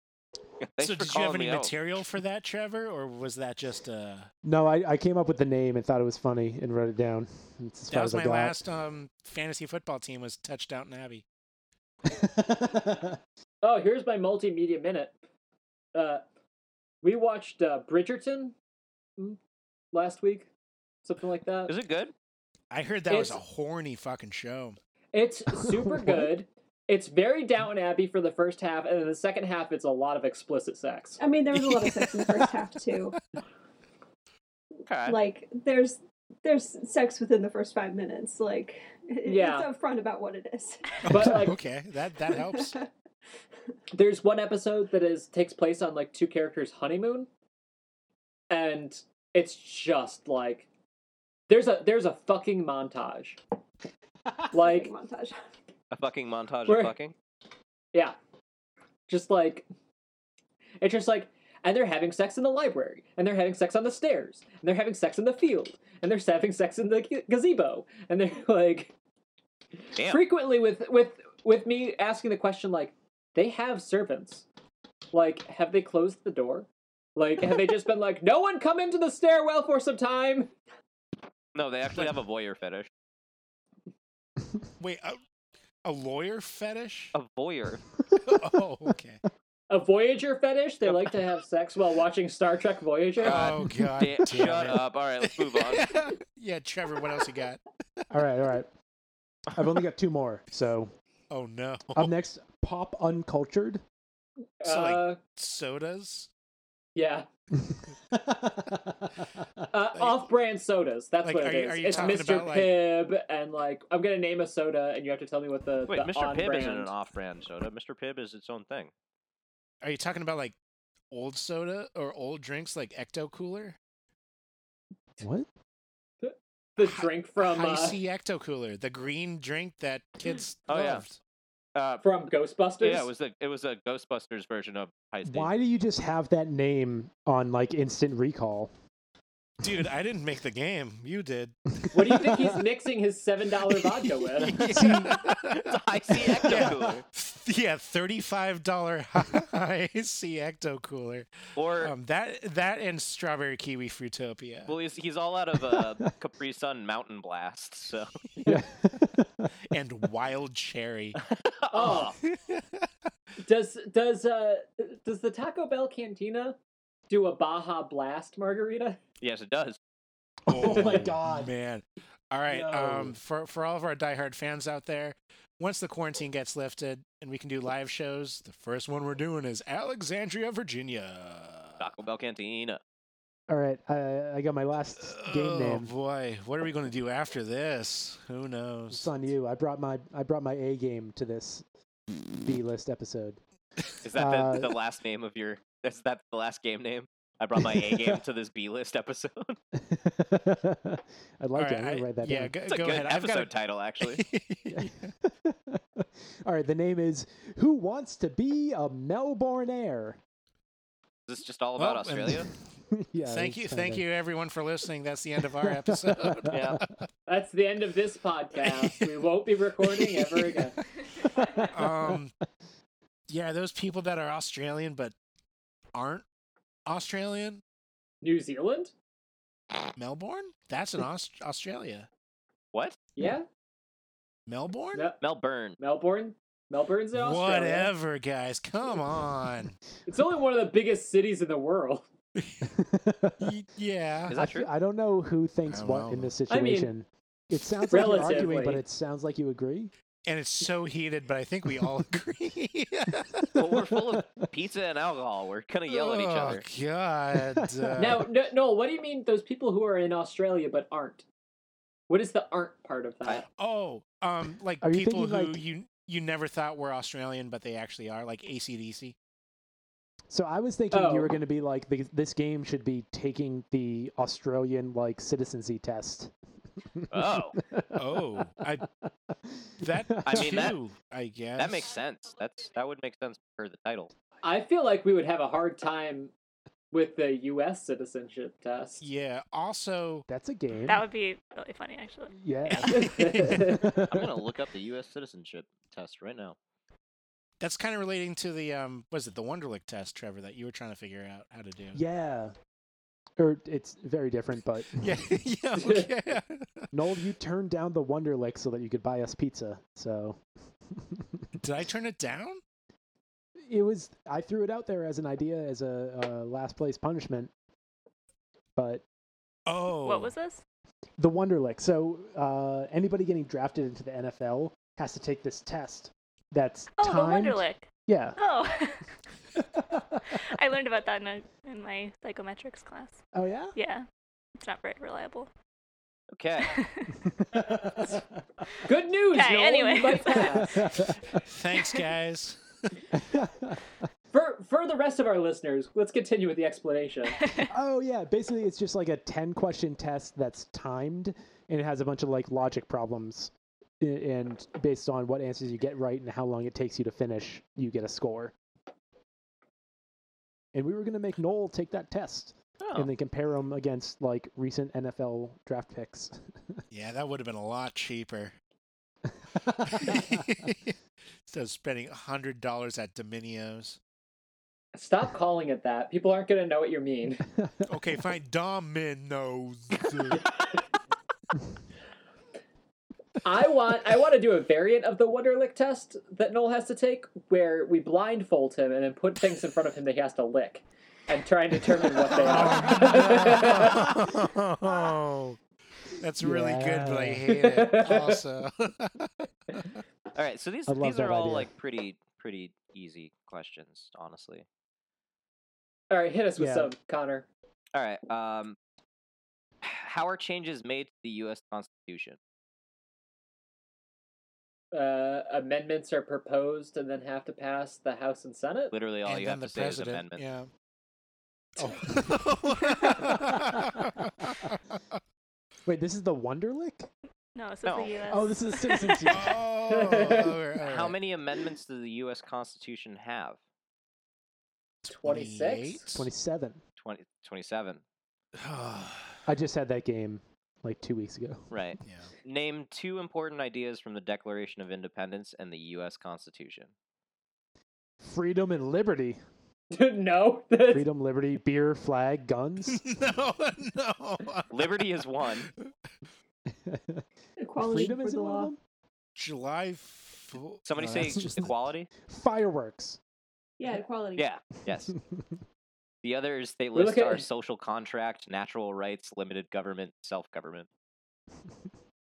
Speaker 5: Thanks
Speaker 2: so,
Speaker 5: for
Speaker 2: did you have
Speaker 5: calling
Speaker 2: any
Speaker 5: me out.
Speaker 2: material for that, Trevor, or was that just uh?
Speaker 3: No, I, I came up with the name and thought it was funny and wrote it down. That's as
Speaker 2: That
Speaker 3: far
Speaker 2: was
Speaker 3: as I
Speaker 2: my
Speaker 3: got.
Speaker 2: last um fantasy football team was Touchdown Abbey.
Speaker 1: Oh, here's my multimedia minute. Uh, we watched uh, Bridgerton mm, last week, something like that.
Speaker 5: Is it good?
Speaker 2: I heard that was a
Speaker 1: It's-
Speaker 2: horny fucking show.
Speaker 1: It's
Speaker 5: <laughs>
Speaker 1: super
Speaker 3: What?
Speaker 1: good. It's very Downton Abbey for the first half, and then the second half, it's a lot of explicit
Speaker 5: <laughs>
Speaker 1: sex.
Speaker 6: I mean, there was a lot of sex in the first half too.
Speaker 5: Okay.
Speaker 6: Like, there's there's sex within the first five minutes. Like, it-
Speaker 1: Yeah.
Speaker 6: it's upfront about what it is.
Speaker 1: But, like-
Speaker 2: okay, that that
Speaker 5: <laughs>
Speaker 6: <laughs>
Speaker 2: helps.
Speaker 1: There's one episode that is takes place on like two characters' honeymoon, and it's just like there's a there's a fucking montage.
Speaker 5: <laughs>
Speaker 1: Like
Speaker 6: montage.
Speaker 5: A fucking montage
Speaker 1: We're-
Speaker 5: of fucking.
Speaker 1: Yeah. Just like it's just like and they're having sex in the library, and they're having sex on the stairs, and they're having sex in the field, and they're having sex in the g- gazebo, and they're <laughs> like
Speaker 5: Damn.
Speaker 1: frequently with with with me asking the question like they have servants, like have they closed the door? Like have they just been like no one come into the stairwell for some time?
Speaker 5: No, they actually have a voyeur fetish.
Speaker 2: Wait, a, a lawyer
Speaker 5: <laughs>
Speaker 2: fetish?
Speaker 5: A voyeur.
Speaker 2: Oh, okay.
Speaker 1: A Voyager fetish? They like to have sex while watching Star Trek Voyager.
Speaker 2: <laughs>
Speaker 5: <laughs> God
Speaker 2: oh god.
Speaker 5: Da-
Speaker 2: damn
Speaker 5: shut
Speaker 2: it.
Speaker 5: up. All right, let's
Speaker 2: <laughs>
Speaker 5: move on.
Speaker 2: yeah, Trevor, what else you got?
Speaker 3: <laughs> All right, all right. I've only got two more, so
Speaker 2: Oh no. <laughs>
Speaker 3: up next, pop uncultured.
Speaker 2: so, like-
Speaker 1: Uh,
Speaker 2: Sodas?
Speaker 1: yeah.
Speaker 3: I
Speaker 1: Uh,
Speaker 2: Like-
Speaker 1: off-brand sodas. That's
Speaker 2: Like,
Speaker 1: what it
Speaker 2: are you-
Speaker 1: is.
Speaker 2: are you
Speaker 1: it's
Speaker 2: talking
Speaker 1: Mr.
Speaker 2: about, like-
Speaker 1: Pibb and like I'm gonna name a soda, and you have to tell me what the
Speaker 5: Wait,
Speaker 1: the
Speaker 5: Mr. Pibb
Speaker 1: on-brand-
Speaker 5: isn't an off-brand soda. Mr. Pibb is its own thing.
Speaker 2: Are you talking about like old soda or old drinks like Ecto Cooler?
Speaker 3: what?
Speaker 1: the drink from
Speaker 2: I
Speaker 1: uh,
Speaker 2: see Ecto Cooler, the green drink
Speaker 1: <clears throat>
Speaker 2: that kids
Speaker 5: Oh, yeah.
Speaker 2: loved.
Speaker 5: Uh,
Speaker 1: from Ghostbusters.
Speaker 5: yeah, it was the it was a Ghostbusters version of High State. <laughs>
Speaker 3: Why do you just have that name on like instant
Speaker 2: <laughs>
Speaker 3: recall?
Speaker 2: Dude, I didn't make the game. You did. <laughs>
Speaker 1: What do you think he's mixing his seven dollar vodka with?
Speaker 5: It's a High C Ecto Cooler.
Speaker 2: yeah, thirty-five dollar <laughs> high C ecto cooler.
Speaker 5: Or
Speaker 2: Um, that that and strawberry kiwi frutopia,
Speaker 5: well, he's, he's all out of uh, Capri Sun Mountain Blast. So <laughs>
Speaker 3: Yeah. <laughs>
Speaker 2: and
Speaker 1: <laughs>
Speaker 2: wild cherry. <laughs>
Speaker 1: Oh, does does uh does the Taco Bell Cantina do a Baja Blast margarita?
Speaker 5: yes, it does.
Speaker 3: <laughs> Oh my God.
Speaker 2: man! All right,
Speaker 3: No.
Speaker 2: um, for for all of our diehard fans out there, once the quarantine gets lifted and we can do live shows, the first one we're doing is Alexandria, Virginia.
Speaker 5: Taco Bell Cantina.
Speaker 3: All right, I, I got my last game
Speaker 2: oh
Speaker 3: name.
Speaker 2: boy, what are we going to do after this? Who knows?
Speaker 3: It's on you. I brought my I brought my A game to this B list episode. <laughs>
Speaker 5: Is that
Speaker 3: Uh,
Speaker 5: the, the last name of your? Is that the last game name? I brought my A game to this B list episode. <laughs>
Speaker 3: I'd
Speaker 2: All
Speaker 3: like to.
Speaker 2: right,
Speaker 3: I'm gonna
Speaker 2: I-
Speaker 3: write that
Speaker 2: yeah,
Speaker 3: down.
Speaker 2: go,
Speaker 5: It's a
Speaker 2: go
Speaker 5: good
Speaker 2: ahead. I've
Speaker 5: episode
Speaker 2: got a- <laughs>
Speaker 5: title, actually.
Speaker 3: <laughs> All right, the name is Who Wants to Be a Melbourne Air?
Speaker 5: Is this just all about
Speaker 2: Well, and
Speaker 5: Australia?
Speaker 3: <laughs> yeah,
Speaker 2: thank
Speaker 3: it's
Speaker 2: you,
Speaker 3: kinda-
Speaker 2: thank you, everyone, for listening. That's the end of
Speaker 3: <laughs>
Speaker 2: our episode.
Speaker 5: Yeah.
Speaker 1: That's the end of this podcast.
Speaker 2: <laughs>
Speaker 1: we won't be recording ever again.
Speaker 2: um, yeah, those people that are Australian but aren't Australian,
Speaker 1: New Zealand?
Speaker 2: Melbourne. That's an Aus- Australia.
Speaker 5: What?
Speaker 1: Yeah,
Speaker 2: Melbourne.
Speaker 1: no,
Speaker 5: Melbourne.
Speaker 1: Melbourne. Melbourne's in Australia.
Speaker 2: Whatever, guys. Come on.
Speaker 1: It's only one of the biggest cities in the world.
Speaker 3: <laughs>
Speaker 2: Y- yeah.
Speaker 5: Is
Speaker 3: I,
Speaker 5: that true?
Speaker 3: f- I don't know who thinks
Speaker 2: I don't
Speaker 3: what
Speaker 2: know.
Speaker 3: in this
Speaker 1: I mean,
Speaker 3: situation. it sounds like you're arguing, but
Speaker 1: relatively.
Speaker 3: it sounds like you agree.
Speaker 2: And it's so heated, but I think we all agree.
Speaker 3: <laughs>
Speaker 5: well, we're full of pizza and alcohol. We're gonna yell at each other.
Speaker 2: Oh God. Uh,
Speaker 8: <laughs>
Speaker 1: Now, no, no, what do you mean those people who are in Australia but aren't? What is the aren't part of that?
Speaker 2: Oh, um, like
Speaker 3: Are you
Speaker 2: people
Speaker 3: thinking,
Speaker 2: who
Speaker 3: like-
Speaker 2: you you never thought were Australian, but they actually are, like ACDC.
Speaker 3: So I was thinking
Speaker 1: Oh.
Speaker 3: you were going to be like the, this game should be taking the Australian like citizenship test.
Speaker 5: Oh,
Speaker 2: Oh, I
Speaker 3: <laughs>
Speaker 2: that
Speaker 5: I mean, that-
Speaker 2: too, I guess
Speaker 5: that makes sense. That's that would make sense for the title.
Speaker 1: I feel like we would have a hard time with the U.S. citizenship test.
Speaker 2: Yeah. Also,
Speaker 3: That's a game.
Speaker 8: That would be really funny, actually. <laughs>
Speaker 3: yeah. <laughs>
Speaker 5: I'm <laughs> gonna look up the U.S. citizenship test right now.
Speaker 2: that's kind of relating to the um, was it the Wonderlic test, Trevor, that you were trying to figure out how to do.
Speaker 3: Yeah. Or it's very different, but
Speaker 2: <laughs> Yeah. yeah. Okay.
Speaker 3: Noel, you turned down the Wonderlick so that you could buy us pizza. So
Speaker 2: Did I turn it down?
Speaker 3: it was. I threw it out there as an idea, as a uh, last place punishment. But
Speaker 2: Oh.
Speaker 8: What was this?
Speaker 3: the Wonderlick. So uh, anybody getting drafted into the NFL has to take this test that's
Speaker 8: Oh,
Speaker 3: timed.
Speaker 8: the Wonderlick.
Speaker 3: Yeah. <laughs>
Speaker 8: Oh, <laughs> I learned about that in, a, in my psychometrics class.
Speaker 3: oh yeah. <laughs>
Speaker 8: Yeah, it's not very reliable. <laughs>
Speaker 5: Okay.
Speaker 1: Good news,
Speaker 8: Okay,
Speaker 1: Noel,
Speaker 8: anyway.
Speaker 1: you might
Speaker 8: <laughs>
Speaker 1: pass.
Speaker 2: Thanks, guys.
Speaker 1: for for the rest of our listeners, let's continue with the
Speaker 8: <laughs>
Speaker 1: explanation.
Speaker 3: oh yeah, basically it's just like a 10 question test that's timed and it has a bunch of like logic problems i- and based on what answers you get right and how long it takes you to finish, you get a score. And we were going to make Noel take that test
Speaker 5: Oh.
Speaker 3: and then compare him against like recent NFL draft picks.
Speaker 5: <laughs>
Speaker 2: Yeah, that would have been a lot cheaper. <laughs> Instead of spending hundred dollars at Dominios.
Speaker 1: Stop calling it that. People aren't going to know what you mean.
Speaker 2: Okay, fine. Dominoes.
Speaker 1: I want I want to do a variant of the Wonderlick test that Noel has to take, where we blindfold him and then put things in front of him that he has to lick, and try and determine what they are. <laughs>
Speaker 8: <laughs>
Speaker 2: Oh, that's really good, but I
Speaker 3: Yeah.
Speaker 2: hate it.
Speaker 5: <laughs>
Speaker 2: Also,
Speaker 5: All right. So these
Speaker 3: I love
Speaker 5: these are
Speaker 3: that
Speaker 5: all
Speaker 3: idea.
Speaker 5: like pretty pretty easy questions, honestly.
Speaker 1: All right, hit us with
Speaker 3: Yeah.
Speaker 1: some, Connor.
Speaker 5: All right. Um, how are changes made to the U.S. Constitution?
Speaker 1: Uh, amendments are proposed and then have to pass the House and Senate.
Speaker 5: Literally,
Speaker 2: <laughs>
Speaker 5: all
Speaker 2: and
Speaker 5: you
Speaker 2: then the
Speaker 5: have to say is
Speaker 2: president.
Speaker 5: amendment.
Speaker 2: Yeah. Oh.
Speaker 3: Wait, this is the Wonderlick?
Speaker 8: no, this is
Speaker 5: No.
Speaker 8: the U.S.
Speaker 3: Oh, this is a
Speaker 8: <laughs>
Speaker 3: Citizens Union.
Speaker 2: <laughs> Oh, alright,
Speaker 5: How
Speaker 2: alright.
Speaker 5: many amendments does the U.S. Constitution have?
Speaker 1: Twenty six.
Speaker 3: 27.
Speaker 5: 20, 27.
Speaker 3: I just had that game like 2 weeks ago.
Speaker 5: Right.
Speaker 2: <sighs> yeah.
Speaker 5: Name two important ideas from the Declaration of Independence and the U.S. Constitution.
Speaker 3: Freedom and
Speaker 5: <laughs>
Speaker 3: liberty.
Speaker 1: <laughs> no,
Speaker 3: freedom, liberty, beer, flag, guns.
Speaker 2: <laughs>
Speaker 3: <laughs>
Speaker 2: no, no.
Speaker 5: Liberty
Speaker 2: <laughs>
Speaker 5: is one.
Speaker 6: Equality
Speaker 3: freedom
Speaker 6: for
Speaker 3: is
Speaker 6: the
Speaker 3: one of
Speaker 6: law.
Speaker 3: them?
Speaker 2: July. Fo-
Speaker 5: Somebody
Speaker 2: no,
Speaker 5: say
Speaker 2: that's just- <laughs>
Speaker 5: equality.
Speaker 3: Fireworks.
Speaker 6: Yeah, equality.
Speaker 5: Yeah. Yes. The others they
Speaker 1: We're
Speaker 5: list
Speaker 1: looking-
Speaker 5: are social contract, natural rights, limited government, self
Speaker 1: <laughs>
Speaker 5: government.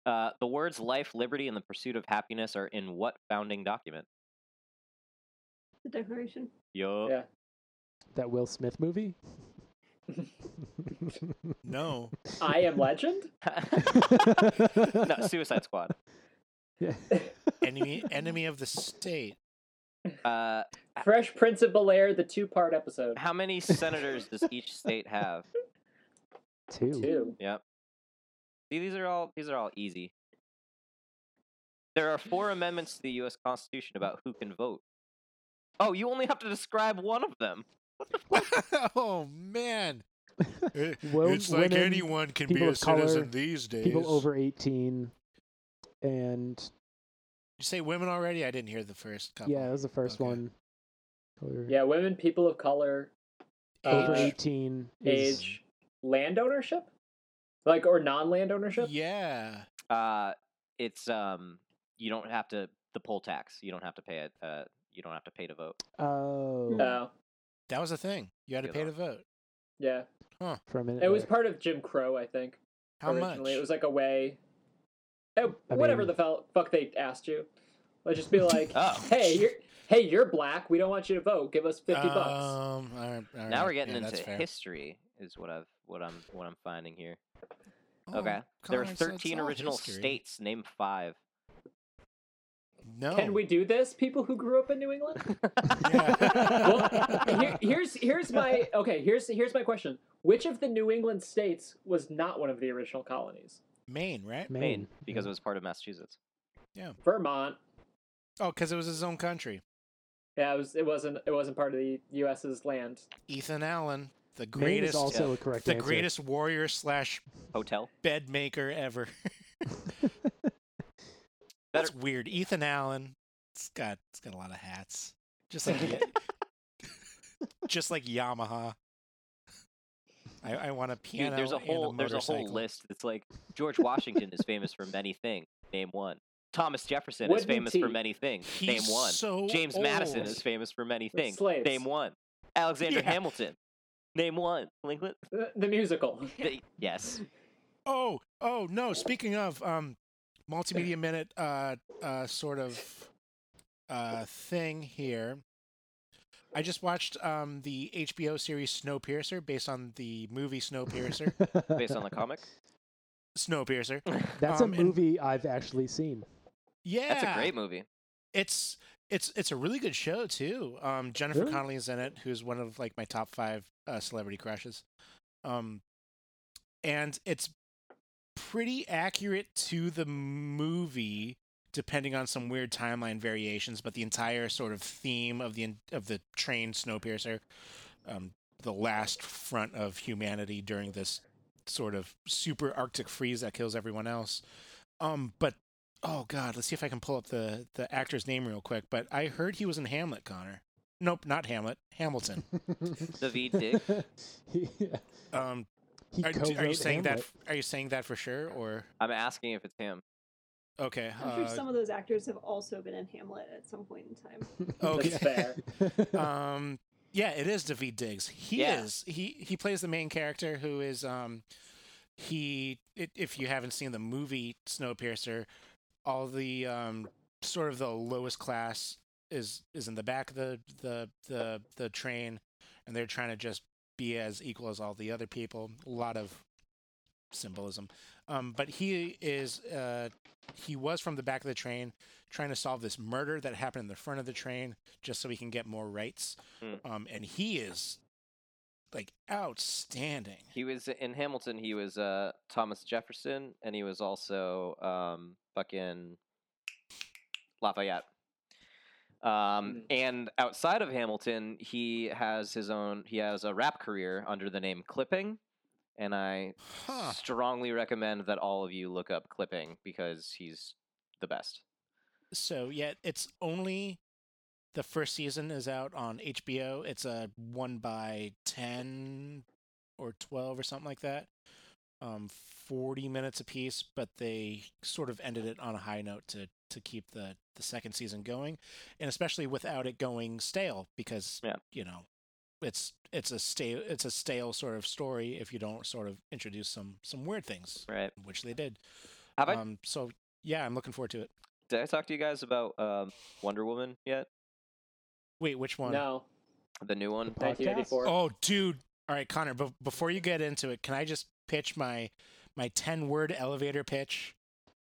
Speaker 5: Uh, the words life, liberty, and the pursuit of happiness are in what founding document?
Speaker 6: The Declaration.
Speaker 5: Yo.
Speaker 1: Yeah.
Speaker 3: <laughs> That Will Smith movie. <laughs>
Speaker 2: No.
Speaker 1: I am
Speaker 2: <laughs>
Speaker 1: Legend. <laughs>
Speaker 5: <laughs> no, Suicide Squad.
Speaker 3: Yeah.
Speaker 2: Enemy, enemy of the state. <laughs>
Speaker 5: Uh,
Speaker 1: Fresh Prince of Bel Air, the two part episode.
Speaker 5: how many senators
Speaker 1: <laughs>
Speaker 5: does each state have?
Speaker 3: Two.
Speaker 1: Two.
Speaker 5: Yep. See, these are all these are all easy. There are four amendments to the U.S. Constitution about who can vote. Oh, you only have to describe one of them.
Speaker 2: oh man. It-
Speaker 3: Wo-
Speaker 2: it's like
Speaker 3: <laughs> women,
Speaker 2: anyone can be
Speaker 3: people
Speaker 2: a
Speaker 3: of color,
Speaker 2: citizen these days.
Speaker 3: People over 18. And
Speaker 2: You say women already? I didn't hear the first couple.
Speaker 3: yeah, that was the first
Speaker 2: Okay.
Speaker 3: one. Or-
Speaker 1: Yeah, women, people of color,
Speaker 3: Over
Speaker 1: uh,
Speaker 2: Age.
Speaker 3: 18. Is,
Speaker 1: age, land ownership, like or non land ownership.
Speaker 2: Yeah.
Speaker 5: Uh, it's um, you don't have to the poll tax. You don't have to pay it. Uh, you don't have to pay to vote.
Speaker 3: Oh.
Speaker 1: Oh,
Speaker 2: That was a thing. You had to
Speaker 5: You
Speaker 2: pay
Speaker 5: know.
Speaker 2: to vote.
Speaker 1: yeah.
Speaker 3: for a minute.
Speaker 1: It was
Speaker 3: there.
Speaker 1: part of Jim Crow, I think.
Speaker 2: How much?
Speaker 1: originally. It was like a way. eh,
Speaker 3: I
Speaker 1: whatever
Speaker 3: mean-
Speaker 1: the fel- fuck they asked you, let's
Speaker 3: <laughs>
Speaker 1: just be like,
Speaker 2: <laughs>
Speaker 5: Oh.
Speaker 1: hey, you're hey, you're black. We don't want you to vote. Give us fifty bucks.
Speaker 2: Um, all right, all
Speaker 5: now
Speaker 2: right.
Speaker 5: we're getting
Speaker 2: Yeah,
Speaker 5: into
Speaker 2: that's fair.
Speaker 5: history. Is what I've what I'm what I'm finding here.
Speaker 2: Oh,
Speaker 5: okay, there
Speaker 2: Connor,
Speaker 5: are
Speaker 2: so it's
Speaker 5: 13
Speaker 2: all
Speaker 5: original
Speaker 2: history.
Speaker 5: states. Name five.
Speaker 2: No.
Speaker 1: Can we do this, people who grew up in New England?
Speaker 2: <laughs> Yeah.
Speaker 1: <laughs> Well, here, here's here's my okay. Here's here's my question. Which of the New England states was not one of the original colonies?
Speaker 2: Maine, right?
Speaker 3: Maine.
Speaker 5: Maine, because it
Speaker 3: yeah.
Speaker 5: was part of Massachusetts.
Speaker 1: Vermont.
Speaker 2: Oh, because it was his own country.
Speaker 1: Yeah, it was. It wasn't. It wasn't part of the U.S.'s land.
Speaker 2: Ethan Allen, the
Speaker 3: Maine
Speaker 2: greatest,
Speaker 3: is
Speaker 2: uh,
Speaker 3: also a correct
Speaker 2: the
Speaker 3: answer. <laughs>
Speaker 2: greatest warrior slash
Speaker 5: Hotel.
Speaker 2: bed maker ever. <laughs> That's weird. Ethan Allen. It's got it's got a lot of hats. Just like
Speaker 5: <laughs>
Speaker 2: Ya- just like Yamaha. I, I want a piano.
Speaker 5: Dude, there's a
Speaker 2: and
Speaker 5: whole there's a whole
Speaker 2: motorcycle.
Speaker 5: list. It's like George Washington is famous for many things. Name one. Thomas Jefferson is
Speaker 1: Wouldn't
Speaker 5: famous
Speaker 1: he-
Speaker 5: for many things.
Speaker 2: He's
Speaker 5: Name one.
Speaker 2: so
Speaker 5: James Madison
Speaker 2: old.
Speaker 5: is famous for many things.
Speaker 1: slaves.
Speaker 5: Name one. Alexander
Speaker 2: Yeah.
Speaker 5: Hamilton. Name one. Lincoln.
Speaker 1: The, the musical. <laughs>
Speaker 5: Th- yes.
Speaker 2: Oh, oh no! Speaking of, um, multimedia minute uh, uh, sort of uh, thing here. I just watched um, the HBO series Snowpiercer, based on the movie
Speaker 3: <laughs>
Speaker 2: Snowpiercer.
Speaker 5: based on the comic.
Speaker 2: Snowpiercer.
Speaker 3: That's
Speaker 2: um,
Speaker 3: a
Speaker 2: and-
Speaker 3: movie I've actually seen.
Speaker 2: Yeah,
Speaker 5: That's a great movie.
Speaker 2: It's it's it's a really good show too. Um, Jennifer
Speaker 3: Really?
Speaker 2: Connelly is in it, who's one of like my top five uh, celebrity crushes. Um, and it's pretty accurate to the movie, depending on some weird timeline variations. But the entire sort of theme of the en- of the train Snowpiercer, um, the last front of humanity during this sort of super Arctic freeze that kills everyone else. Um, but oh god, let's see if I can pull up the the actor's name real quick. But I heard he was in Hamlet, Connor. Nope, not Hamlet.
Speaker 3: <laughs>
Speaker 2: Hamilton.
Speaker 5: <laughs> The V Dick.
Speaker 3: he, yeah.
Speaker 2: Um,
Speaker 3: he
Speaker 2: are, are you
Speaker 3: co-wrote
Speaker 2: saying
Speaker 3: Hamlet.
Speaker 2: that? Are you saying that for sure? Or
Speaker 5: I'm asking if it's him.
Speaker 2: okay,
Speaker 6: I'm sure
Speaker 2: uh,
Speaker 6: some of those actors have also been in Hamlet at some point in time.
Speaker 2: okay.
Speaker 1: fair.
Speaker 3: <laughs>
Speaker 2: um yeah it is david diggs he
Speaker 5: Yeah.
Speaker 2: is he he plays the main character who is um he i if you haven't seen the movie snowpiercer all the um sort of the lowest class is is in the back of the the the, the train and they're trying to just be as equal as all the other people a lot of symbolism um but he is uh he was from the back of the train trying to solve this murder that happened in the front of the train just so he can get more rights.
Speaker 5: Mm.
Speaker 2: Um, and he is like outstanding.
Speaker 5: He was in Hamilton. He was uh, Thomas Jefferson, and he was also um, fucking Lafayette.
Speaker 2: Hmm.
Speaker 5: Um, and outside of Hamilton, he has his own. He has a rap career under the name Clipping, and I
Speaker 2: Huh.
Speaker 5: strongly recommend that all of you look up Clipping because he's the best.
Speaker 2: So yet it's only the first season is out on HBO. It's a one by ten or twelve or something like that. Um, forty minutes apiece, but they sort of ended it on a high note to to keep the the second season going, and especially without it going stale because
Speaker 5: Yeah.
Speaker 2: you know it's it's a stale it's a stale sort of story if you don't sort of introduce some some weird things,
Speaker 5: Right?
Speaker 2: which they did.
Speaker 5: Have I
Speaker 2: Um, so yeah, I'm looking forward to it.
Speaker 5: did I talk to you guys about um, Wonder Woman yet?
Speaker 2: Wait, which <laughs> one?
Speaker 1: No,
Speaker 5: The new one.
Speaker 3: Podcast?
Speaker 1: 1984.
Speaker 2: Oh, dude! All right, Connor. Be- before you get into it, can I just pitch my my ten word elevator pitch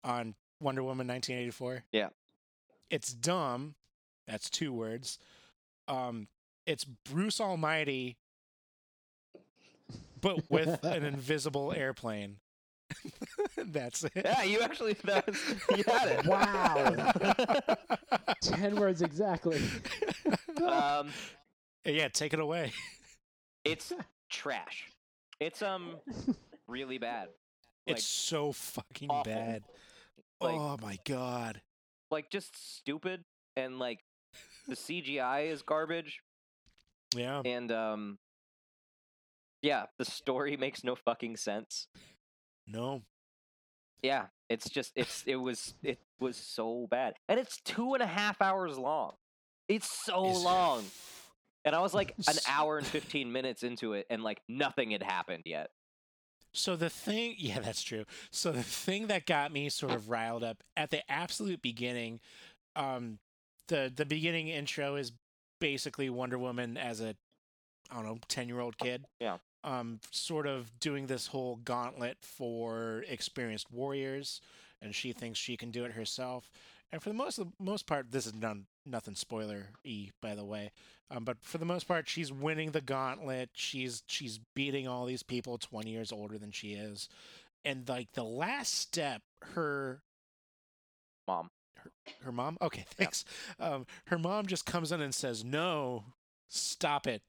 Speaker 2: on Wonder Woman 1984?
Speaker 5: Yeah.
Speaker 2: It's dumb. That's two words. Um, it's Bruce Almighty, but with
Speaker 5: <laughs>
Speaker 2: an invisible airplane. <laughs> That's it.
Speaker 5: Yeah, you
Speaker 2: <laughs>
Speaker 5: actually that was, you had it.
Speaker 2: Wow.
Speaker 3: Ten words exactly.
Speaker 5: um,
Speaker 2: <laughs> yeah, take it away.
Speaker 5: it's trash. It's um
Speaker 2: <laughs>
Speaker 5: really bad. Like,
Speaker 2: it's so fucking
Speaker 5: awful.
Speaker 2: bad.
Speaker 5: Like-
Speaker 2: oh my god.
Speaker 5: like just stupid and like the CGI is garbage
Speaker 2: Yeah.
Speaker 5: and um yeah, the story makes no fucking sense.
Speaker 2: No.
Speaker 5: Yeah, it's just it's it was it was so bad, and it's two and a half hours long. It's so
Speaker 2: Is-
Speaker 5: long, and I
Speaker 2: <laughs>
Speaker 5: was like an
Speaker 2: S-
Speaker 5: hour and fifteen minutes into it, and like nothing had happened yet.
Speaker 2: So the thing, <laughs> yeah, that's true. So the thing that got me sort of riled up at the absolute beginning, um, the the beginning intro is basically Wonder Woman as a, I don't know, ten year old kid.
Speaker 5: Oh, Yeah.
Speaker 2: Um, sort of doing this whole gauntlet for experienced warriors, and she thinks she can do it herself. And for the most most part, this is none nothing spoiler y, by the way. Um, but for the most part, she's winning the gauntlet. She's she's beating all these people twenty years older than she is, and like the last step, her
Speaker 5: Mom.
Speaker 2: her, her mom. Okay, <laughs> thanks. Um, her mom just comes in and says, "No, stop it."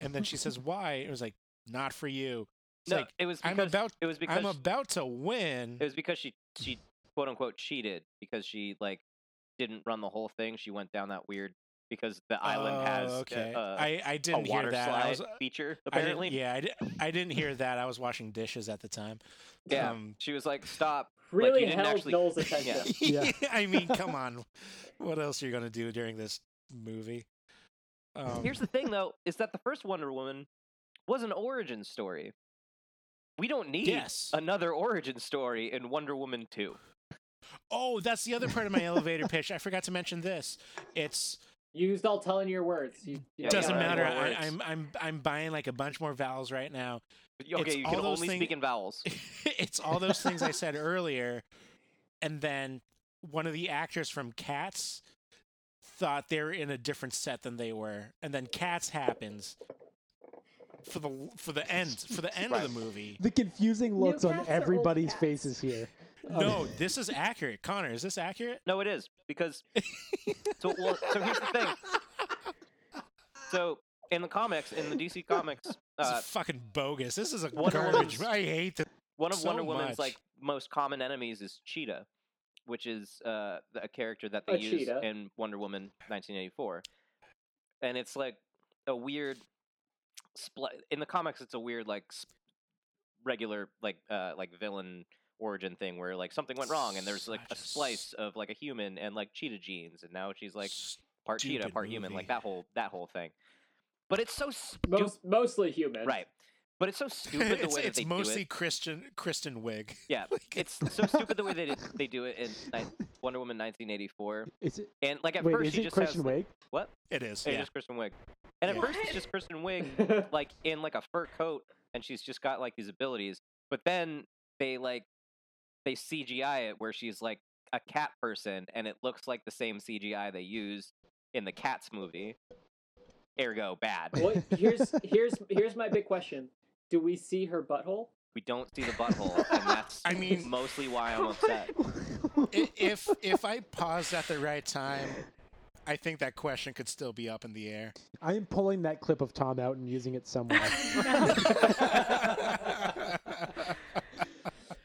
Speaker 2: And
Speaker 5: <laughs>
Speaker 2: then she says, "Why?" It was like, "Not for you." It's
Speaker 5: no,
Speaker 2: like
Speaker 5: it was
Speaker 2: I'm
Speaker 5: because
Speaker 2: about
Speaker 5: it was because
Speaker 2: I'm about to win.
Speaker 5: it was because she she quote unquote cheated because she like didn't run the whole thing. She went down that weird because the
Speaker 2: Oh,
Speaker 5: island has a-
Speaker 2: okay.
Speaker 5: a,
Speaker 2: I I
Speaker 5: a
Speaker 2: didn't hear
Speaker 5: water
Speaker 2: that.
Speaker 5: slide
Speaker 2: I was, uh,
Speaker 5: feature
Speaker 2: I didn't-
Speaker 5: apparently.
Speaker 2: yeah, I, di- I didn't hear that. I was washing dishes at the time.
Speaker 5: Yeah.
Speaker 2: Um,
Speaker 5: she was like, "Stop."
Speaker 1: really
Speaker 5: didn't
Speaker 1: held
Speaker 2: <laughs>
Speaker 5: actually-
Speaker 1: Noel's
Speaker 5: Yeah.
Speaker 1: attention.
Speaker 3: Yeah.
Speaker 2: I mean, come on. What else are you gonna do during this movie? Um,
Speaker 5: Here's the thing, though, is that the first Wonder Woman was an origin story. We don't need
Speaker 2: Yes.
Speaker 5: another origin story in Wonder Woman 2.
Speaker 2: Oh, that's the other part of my elevator pitch. I forgot to mention this. It's
Speaker 1: Used all telling your words. You, you
Speaker 5: Yeah,
Speaker 1: don't
Speaker 2: doesn't
Speaker 1: gotta-
Speaker 2: matter.
Speaker 5: more
Speaker 2: I,
Speaker 5: words.
Speaker 2: I'm I'm I'm buying like a bunch more vowels right now. <laughs>
Speaker 5: Okay,
Speaker 2: It's
Speaker 5: you
Speaker 2: all
Speaker 5: can
Speaker 2: those
Speaker 5: only
Speaker 2: thing-
Speaker 5: speak
Speaker 2: <laughs>
Speaker 5: in vowels.
Speaker 2: it's all those things I said earlier, and then one of the actors from Cats thought they were in a different set than they were, and then Cats happens for the for the end for the end of the movie.
Speaker 3: The confusing looks on
Speaker 6: cats or old
Speaker 3: everybody's
Speaker 6: cats?
Speaker 3: faces here. Um,
Speaker 2: No, this is accurate. Connor, is this accurate?
Speaker 5: No, it is
Speaker 2: <laughs>
Speaker 5: because. so well, so here's the thing. So in the comics, in the DC comics,
Speaker 2: <laughs> This
Speaker 5: uh,
Speaker 2: is fucking bogus. This is a
Speaker 5: Wonder
Speaker 2: garbage.
Speaker 5: Woman's-
Speaker 2: I hate this.
Speaker 5: one of
Speaker 2: so
Speaker 5: Wonder Woman's
Speaker 2: much.
Speaker 5: like most common enemies is Cheetah, which is uh, th- a character that they
Speaker 1: A
Speaker 5: use
Speaker 1: cheetah.
Speaker 5: in Wonder Woman 1984, and it's like a weird. Spl- in the comics, it's a weird like sp- regular like uh, like villain origin thing where like something went wrong and there's like
Speaker 2: Such
Speaker 5: a
Speaker 2: a
Speaker 5: splice of like a human and like cheetah genes and now
Speaker 2: <laughs>
Speaker 5: she's like part cheetah
Speaker 2: stupid
Speaker 5: part human like
Speaker 2: movie.
Speaker 5: that whole that whole thing but it's so stupid
Speaker 1: Most, mostly human. <laughs>
Speaker 5: right but it's so stupid the
Speaker 2: it's
Speaker 5: way that
Speaker 2: it's
Speaker 5: they do
Speaker 2: mostly
Speaker 5: it
Speaker 2: Christian Kristen <laughs> Wig.
Speaker 5: yeah it's so stupid the way they did- they do it in ni- Wonder Woman 1984
Speaker 3: <laughs> Is it?
Speaker 5: and like at
Speaker 3: Wait,
Speaker 5: first
Speaker 3: is
Speaker 5: she
Speaker 3: it
Speaker 5: just
Speaker 3: Christian
Speaker 5: has
Speaker 3: Wake?
Speaker 5: what
Speaker 2: It is.
Speaker 5: it's
Speaker 2: yeah.
Speaker 5: just Kristen Wiig and at
Speaker 2: Yeah.
Speaker 5: first it's just Kristen Wiig
Speaker 1: Right.
Speaker 5: like in like a fur coat and she's just got like these abilities but then they like they cgi it where she's like a cat person and it looks like the same cgi they used in the cats movie ergo bad
Speaker 1: well, here's here's here's my big question. Do we see her butthole?
Speaker 5: we don't see the butthole and that's
Speaker 2: I mean-
Speaker 5: mostly
Speaker 2: <laughs>
Speaker 5: why i'm upset
Speaker 2: I- if if I paused at the right time, I think that question could still be up in the air.
Speaker 3: <laughs>
Speaker 2: <laughs>
Speaker 3: I am pulling that clip of Tom out and using
Speaker 1: <laughs>
Speaker 3: it somewhere.
Speaker 1: Are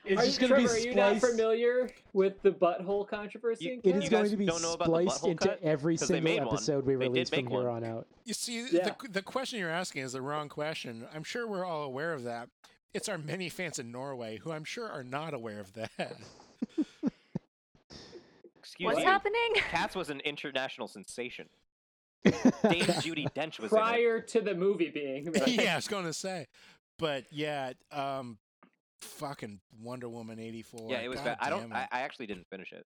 Speaker 4: It's just
Speaker 1: you,
Speaker 4: gonna be
Speaker 1: Trevor, are you not
Speaker 4: spliced-
Speaker 1: familiar with the butthole controversy?
Speaker 5: You-
Speaker 1: in
Speaker 3: It
Speaker 5: You
Speaker 1: Canada?
Speaker 3: is going
Speaker 5: guys
Speaker 3: to be
Speaker 5: don't know about the
Speaker 3: spliced
Speaker 5: butthole
Speaker 3: into
Speaker 5: cut?
Speaker 3: every
Speaker 5: 'Cause they
Speaker 3: single
Speaker 5: made one.
Speaker 3: episode we
Speaker 5: They did
Speaker 3: release from
Speaker 5: make
Speaker 3: here on
Speaker 5: one.
Speaker 3: out.
Speaker 2: you see,
Speaker 1: Yeah.
Speaker 2: the the question you're asking is the wrong question. I'm sure we're all aware of that. It's our many fans in Norway who I'm sure are not aware of that.
Speaker 5: excuse
Speaker 8: What's
Speaker 5: me
Speaker 8: happening? <laughs>
Speaker 5: cats was an international sensation <laughs>
Speaker 3: <laughs>
Speaker 5: dame judy dench was in it.
Speaker 1: prior to the movie being
Speaker 5: <laughs>
Speaker 1: made.
Speaker 2: yeah, I was going to say, but yeah, um, fucking Wonder Woman '84.
Speaker 5: yeah it was
Speaker 2: God
Speaker 5: bad i don't
Speaker 2: damn
Speaker 5: I,
Speaker 2: Oh it.
Speaker 5: I actually didn't finish it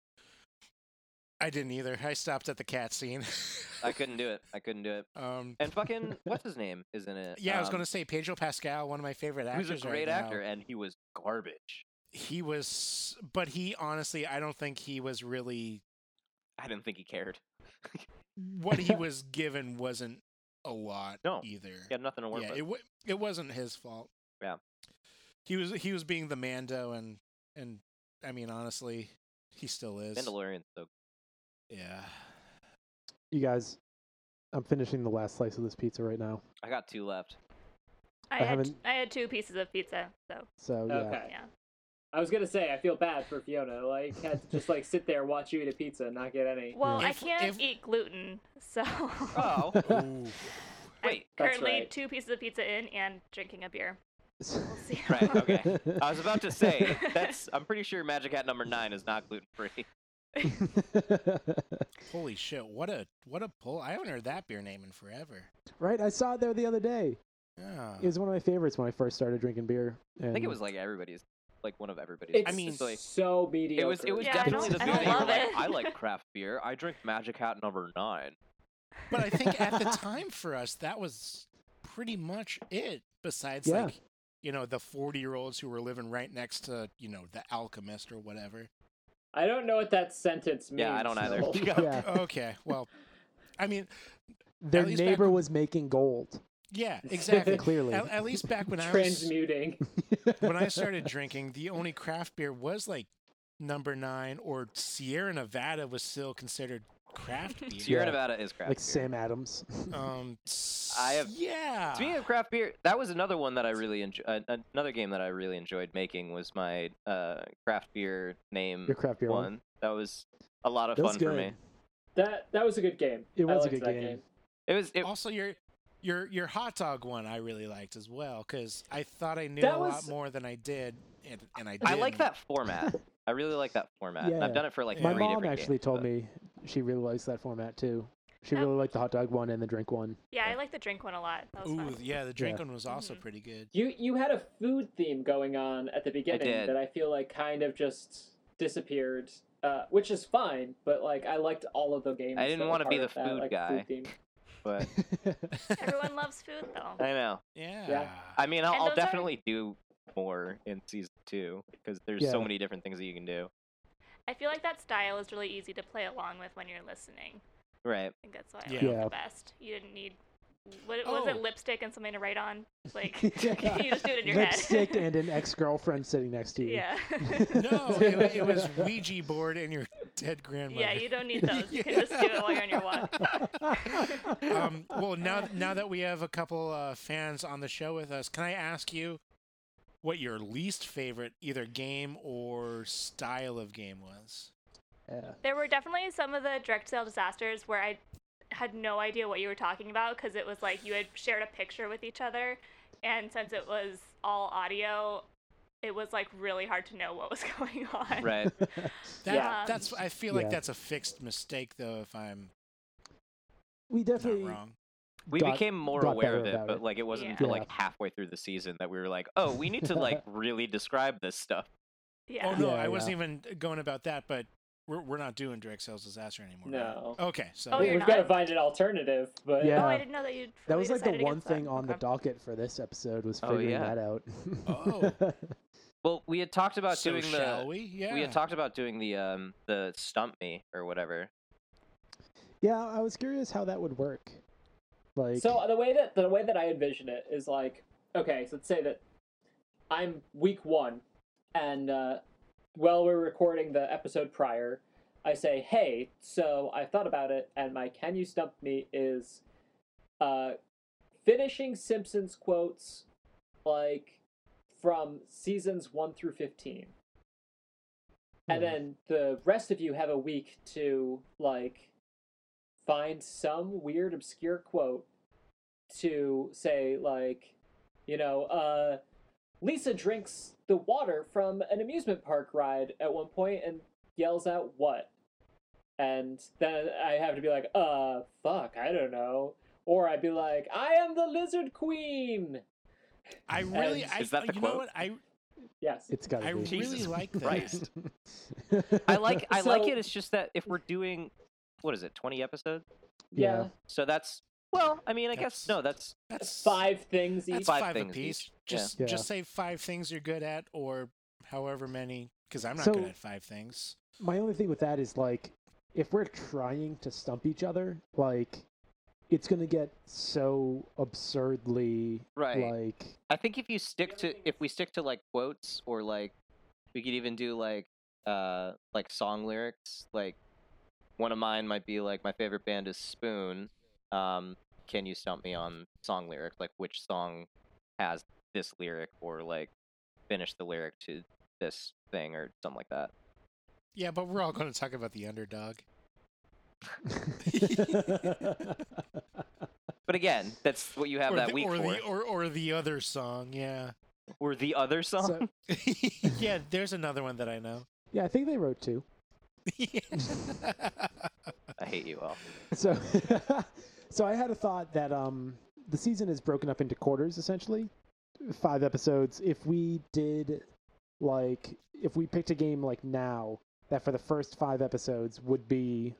Speaker 2: I didn't either. I stopped at the cat scene.
Speaker 5: i couldn't do it i couldn't do it
Speaker 2: <laughs>
Speaker 5: <laughs>
Speaker 2: Um,
Speaker 5: and fucking what's his name is in it
Speaker 2: yeah, I was
Speaker 5: Um,
Speaker 2: going to say Pedro Pascal, one of my favorite
Speaker 5: He
Speaker 2: actors.
Speaker 5: was a great
Speaker 2: right now.
Speaker 5: actor, and he was garbage.
Speaker 2: He was, but he honestly, I don't think he was really
Speaker 5: I didn't think he cared.
Speaker 2: what
Speaker 5: <laughs>
Speaker 2: he was given wasn't a lot
Speaker 5: No.
Speaker 2: either.
Speaker 5: He had nothing to work
Speaker 2: yeah,
Speaker 5: with.
Speaker 2: it wa it wasn't his fault.
Speaker 5: Yeah.
Speaker 2: he was he was being the Mando, and and I mean honestly, he still is.
Speaker 5: Mandalorian, so
Speaker 2: Yeah,
Speaker 3: You guys, I'm finishing the last slice of this pizza right now.
Speaker 5: I got two
Speaker 2: <laughs>
Speaker 5: left.
Speaker 8: I,
Speaker 3: I
Speaker 8: had,
Speaker 3: haven't-
Speaker 8: I had two pieces of pizza, so
Speaker 3: So yeah. <laughs>
Speaker 1: Okay.
Speaker 8: yeah.
Speaker 1: I was gonna say I feel bad for Fiona. Like had to just like sit there and watch you eat a pizza and not get any.
Speaker 8: Well, I
Speaker 2: If-
Speaker 8: can't
Speaker 2: if-
Speaker 8: eat gluten, so <laughs>
Speaker 5: Oh,
Speaker 2: Ooh.
Speaker 1: That's
Speaker 5: wait.
Speaker 8: currently
Speaker 1: right.
Speaker 8: two pieces of pizza in and drinking a beer. We'll see.
Speaker 5: Right, okay. I was about to say that's. I'm pretty sure Magic Hat number nine is not gluten free.
Speaker 2: holy shit! What a what a pull! I haven't heard that beer name in forever.
Speaker 3: <laughs> right, I saw it there the other day.
Speaker 2: Yeah.
Speaker 3: It was one of my favorites when I first started drinking beer.
Speaker 5: <laughs> I think it
Speaker 3: and-
Speaker 5: was like everybody's, like one of everybody's.
Speaker 1: It's
Speaker 5: It's
Speaker 2: mean,
Speaker 5: like,
Speaker 1: so mediocre.
Speaker 5: it was. It was
Speaker 8: Yeah, I
Speaker 5: definitely
Speaker 8: don't-
Speaker 5: the
Speaker 8: I
Speaker 5: beer.
Speaker 8: don't
Speaker 5: that you were
Speaker 8: love
Speaker 5: like,
Speaker 8: it.
Speaker 5: I like craft beer. I drink Magic Hat number nine.
Speaker 2: But I think at the time for us, that was pretty much it. Besides,
Speaker 3: Yeah.
Speaker 2: like, you know, the 40 year olds who were living right next to, you know, the alchemist or whatever.
Speaker 1: I don't know what that sentence means.
Speaker 5: Yeah, I
Speaker 1: <laughs>
Speaker 5: don't either.
Speaker 1: though.
Speaker 3: Yeah,
Speaker 2: Okay. Well, I mean,
Speaker 3: their
Speaker 2: least back
Speaker 3: neighbor
Speaker 2: when-
Speaker 3: was making gold. <laughs>
Speaker 2: yeah, exactly.
Speaker 3: Clearly.
Speaker 2: At, at least back when I was,
Speaker 1: Transmuting.
Speaker 2: when I started drinking, the only craft beer was like number nine or Sierra Nevada was still considered craft beer.
Speaker 5: Sierra
Speaker 3: Yeah.
Speaker 5: Nevada is craft
Speaker 3: like
Speaker 5: beer.
Speaker 3: Sam Adams.
Speaker 2: Um,
Speaker 5: I have-
Speaker 2: yeah.
Speaker 5: Speaking of craft beer, that was another one that I really enjoyed. Uh, another game that I really enjoyed making was my uh, craft beer name
Speaker 3: Your craft beer
Speaker 5: one.
Speaker 3: one.
Speaker 5: That was a lot of
Speaker 3: That was
Speaker 5: fun for me.
Speaker 3: good.
Speaker 1: That that was a good game.
Speaker 3: It
Speaker 1: I
Speaker 3: was a
Speaker 1: liked
Speaker 3: good
Speaker 1: that
Speaker 3: game.
Speaker 5: It was. It,
Speaker 2: also your your your hot dog one I really liked as well because I thought I knew
Speaker 1: That
Speaker 2: a
Speaker 1: was-
Speaker 2: lot more than I did, and, and I did.
Speaker 5: I like that
Speaker 3: <laughs>
Speaker 5: format. I really like that format. and I've
Speaker 3: Yeah.
Speaker 5: done it for like
Speaker 2: My
Speaker 5: three
Speaker 3: My mom
Speaker 5: different
Speaker 3: actually
Speaker 5: games,
Speaker 3: told
Speaker 5: but-
Speaker 3: me she really likes that format too. She
Speaker 8: Oh.
Speaker 3: really liked the hot dog one and the drink one.
Speaker 8: Yeah, I like the drink one a lot. That was
Speaker 2: Ooh,
Speaker 8: fun.
Speaker 2: yeah, the drink
Speaker 3: Yeah.
Speaker 2: one was also
Speaker 8: Mhm.
Speaker 2: pretty good.
Speaker 1: You you had a food theme going on at the beginning
Speaker 5: did.
Speaker 1: that I feel like kind of just disappeared, uh, which is fine. But like I liked all of the games.
Speaker 5: I didn't
Speaker 1: that were
Speaker 5: wanna be
Speaker 1: part
Speaker 5: the
Speaker 1: of that,
Speaker 5: food
Speaker 1: like,
Speaker 5: guy.
Speaker 1: theme.
Speaker 5: But
Speaker 8: Everyone loves food
Speaker 5: <laughs>
Speaker 8: though.
Speaker 5: I know.
Speaker 2: yeah.
Speaker 5: I <laughs> mean, I'll,
Speaker 8: And
Speaker 5: I'll
Speaker 8: those are-
Speaker 5: definitely do more in season two because there's so
Speaker 3: Yeah.
Speaker 5: many different things that you can do.
Speaker 8: I feel like that style is really easy to play along with when you're listening. <laughs>
Speaker 5: Right.
Speaker 8: I think that's why I
Speaker 2: Yeah.
Speaker 8: liked it
Speaker 3: Yeah.
Speaker 8: the best. You didn't need what it- was
Speaker 2: Oh.
Speaker 8: it lipstick and something to write on?
Speaker 2: <laughs>
Speaker 8: Like <laughs> you
Speaker 3: <laughs>
Speaker 8: just do it in your
Speaker 3: Lipstick
Speaker 8: <laughs> head.
Speaker 3: and an ex-girlfriend sitting next to you.
Speaker 2: <laughs>
Speaker 8: yeah. <laughs>
Speaker 2: No, it, wa- it was Ouija board and your <laughs> dead grandmother.
Speaker 8: yeah,
Speaker 2: <laughs>
Speaker 8: you <laughs> don't need those. You can just do it while you're on your
Speaker 5: <laughs>
Speaker 8: walk.
Speaker 2: um, well, now now that we have a couple uh, fans on the show with us, can I ask you what your least favorite either game or style of game was?
Speaker 3: Yeah.
Speaker 8: There were definitely some of the direct sale disasters where I had no idea what you were talking about because it was like you had shared a picture with each other, and since it was all audio, it was like really hard to know what was <laughs> going on.
Speaker 2: Um,
Speaker 5: Right.
Speaker 2: That,
Speaker 8: Yeah.
Speaker 2: that's I feel
Speaker 3: Yeah.
Speaker 2: like that's a fixed mistake though. If
Speaker 8: <laughs>
Speaker 2: I'm
Speaker 3: <laughs> We
Speaker 2: not
Speaker 3: definitely
Speaker 2: wrong,
Speaker 5: We
Speaker 3: got-
Speaker 5: became more
Speaker 3: got
Speaker 5: aware of
Speaker 3: better
Speaker 5: it,
Speaker 3: about
Speaker 5: but
Speaker 3: it.
Speaker 5: like it wasn't
Speaker 8: Yeah.
Speaker 5: until
Speaker 3: Yeah.
Speaker 5: like halfway through the season that we were like, oh, we need to like really describe this stuff.
Speaker 8: Yeah.
Speaker 2: oh no,
Speaker 3: Yeah,
Speaker 2: I wasn't even going about that. But we're we're not doing direct sales disaster anymore. right?
Speaker 1: No.
Speaker 2: Okay, so
Speaker 8: Oh, you're
Speaker 1: We've
Speaker 8: not?
Speaker 1: got to find an alternative, but
Speaker 3: Yeah.
Speaker 8: Oh, I didn't know that you.
Speaker 3: that was like the one thing on the docket for this episode was
Speaker 5: Uh-huh. Oh,
Speaker 3: figuring
Speaker 5: yeah.
Speaker 3: that out.
Speaker 2: Oh.
Speaker 5: Well, we had talked about
Speaker 2: so
Speaker 5: doing
Speaker 2: shall
Speaker 5: the
Speaker 2: we? Yeah,
Speaker 5: had talked about doing the um the stump me or whatever.
Speaker 3: <laughs> yeah, I was curious how that would work. Like,
Speaker 1: so
Speaker 5: uh,
Speaker 1: uh, the way that the way that I envision it is like okay, so let's say that I'm week one, and uh, while we're recording the episode prior, I say, "Hey, so I thought about it, and my can you stump me is uh, finishing Simpsons quotes like from seasons one through fifteen, and
Speaker 3: Hmm.
Speaker 1: then the rest of you have a week to like." Find some weird, obscure quote to say like you know uh lisa drinks the water from an amusement park ride at one point and yells out what and then i have to be like uh fuck i don't know or i'd be like i am the lizard queen
Speaker 2: I really,
Speaker 1: Is
Speaker 2: I,
Speaker 5: that the
Speaker 2: you know
Speaker 5: quote?
Speaker 2: what? I
Speaker 1: yes
Speaker 3: it's got
Speaker 2: I
Speaker 3: to be.
Speaker 2: really
Speaker 5: Jesus
Speaker 2: like that.
Speaker 5: <laughs> Christ.
Speaker 3: <laughs>
Speaker 5: I like I like
Speaker 1: So-
Speaker 5: it. It's just that if we're doing what is it, twenty episodes?
Speaker 1: yeah,
Speaker 3: Yeah.
Speaker 5: So that's well, I mean, I guess
Speaker 2: That's-
Speaker 5: no, that's
Speaker 2: That's
Speaker 1: five things
Speaker 2: That's
Speaker 1: each
Speaker 5: five
Speaker 2: five,
Speaker 5: things
Speaker 2: apiece.
Speaker 5: each. Yeah.
Speaker 2: Just
Speaker 3: Yeah.
Speaker 2: just say five things you're good at, or however many. Because I'm not
Speaker 3: So-
Speaker 2: good at five things.
Speaker 3: My only thing with that is like, if we're trying to stump each other, like, it's gonna get so absurdly
Speaker 5: Right.
Speaker 3: like
Speaker 5: I think if you stick to if we stick to like quotes or like we could even do like uh like song lyrics like one of mine might be like my favorite band is Spoon. Um can you stump me on song lyric like which song has this lyric or like finish the lyric to this thing or something like that.
Speaker 2: Yeah, but we're all going to talk about the underdog. <laughs>
Speaker 3: <laughs>
Speaker 5: <laughs> But again, that's what you have
Speaker 2: or
Speaker 5: that
Speaker 2: the,
Speaker 5: week
Speaker 2: or,
Speaker 5: for.
Speaker 2: The, or or the other song. Yeah. <laughs>
Speaker 5: or the other
Speaker 3: So-
Speaker 5: song.
Speaker 2: yeah, there's another one that I know.
Speaker 3: yeah, I think they wrote two.
Speaker 5: I hate you all.
Speaker 3: So, <laughs> so I had a thought that um, the season is broken up into quarters, essentially, five episodes. If we did, like, if we picked a game like now, that for the first five episodes would be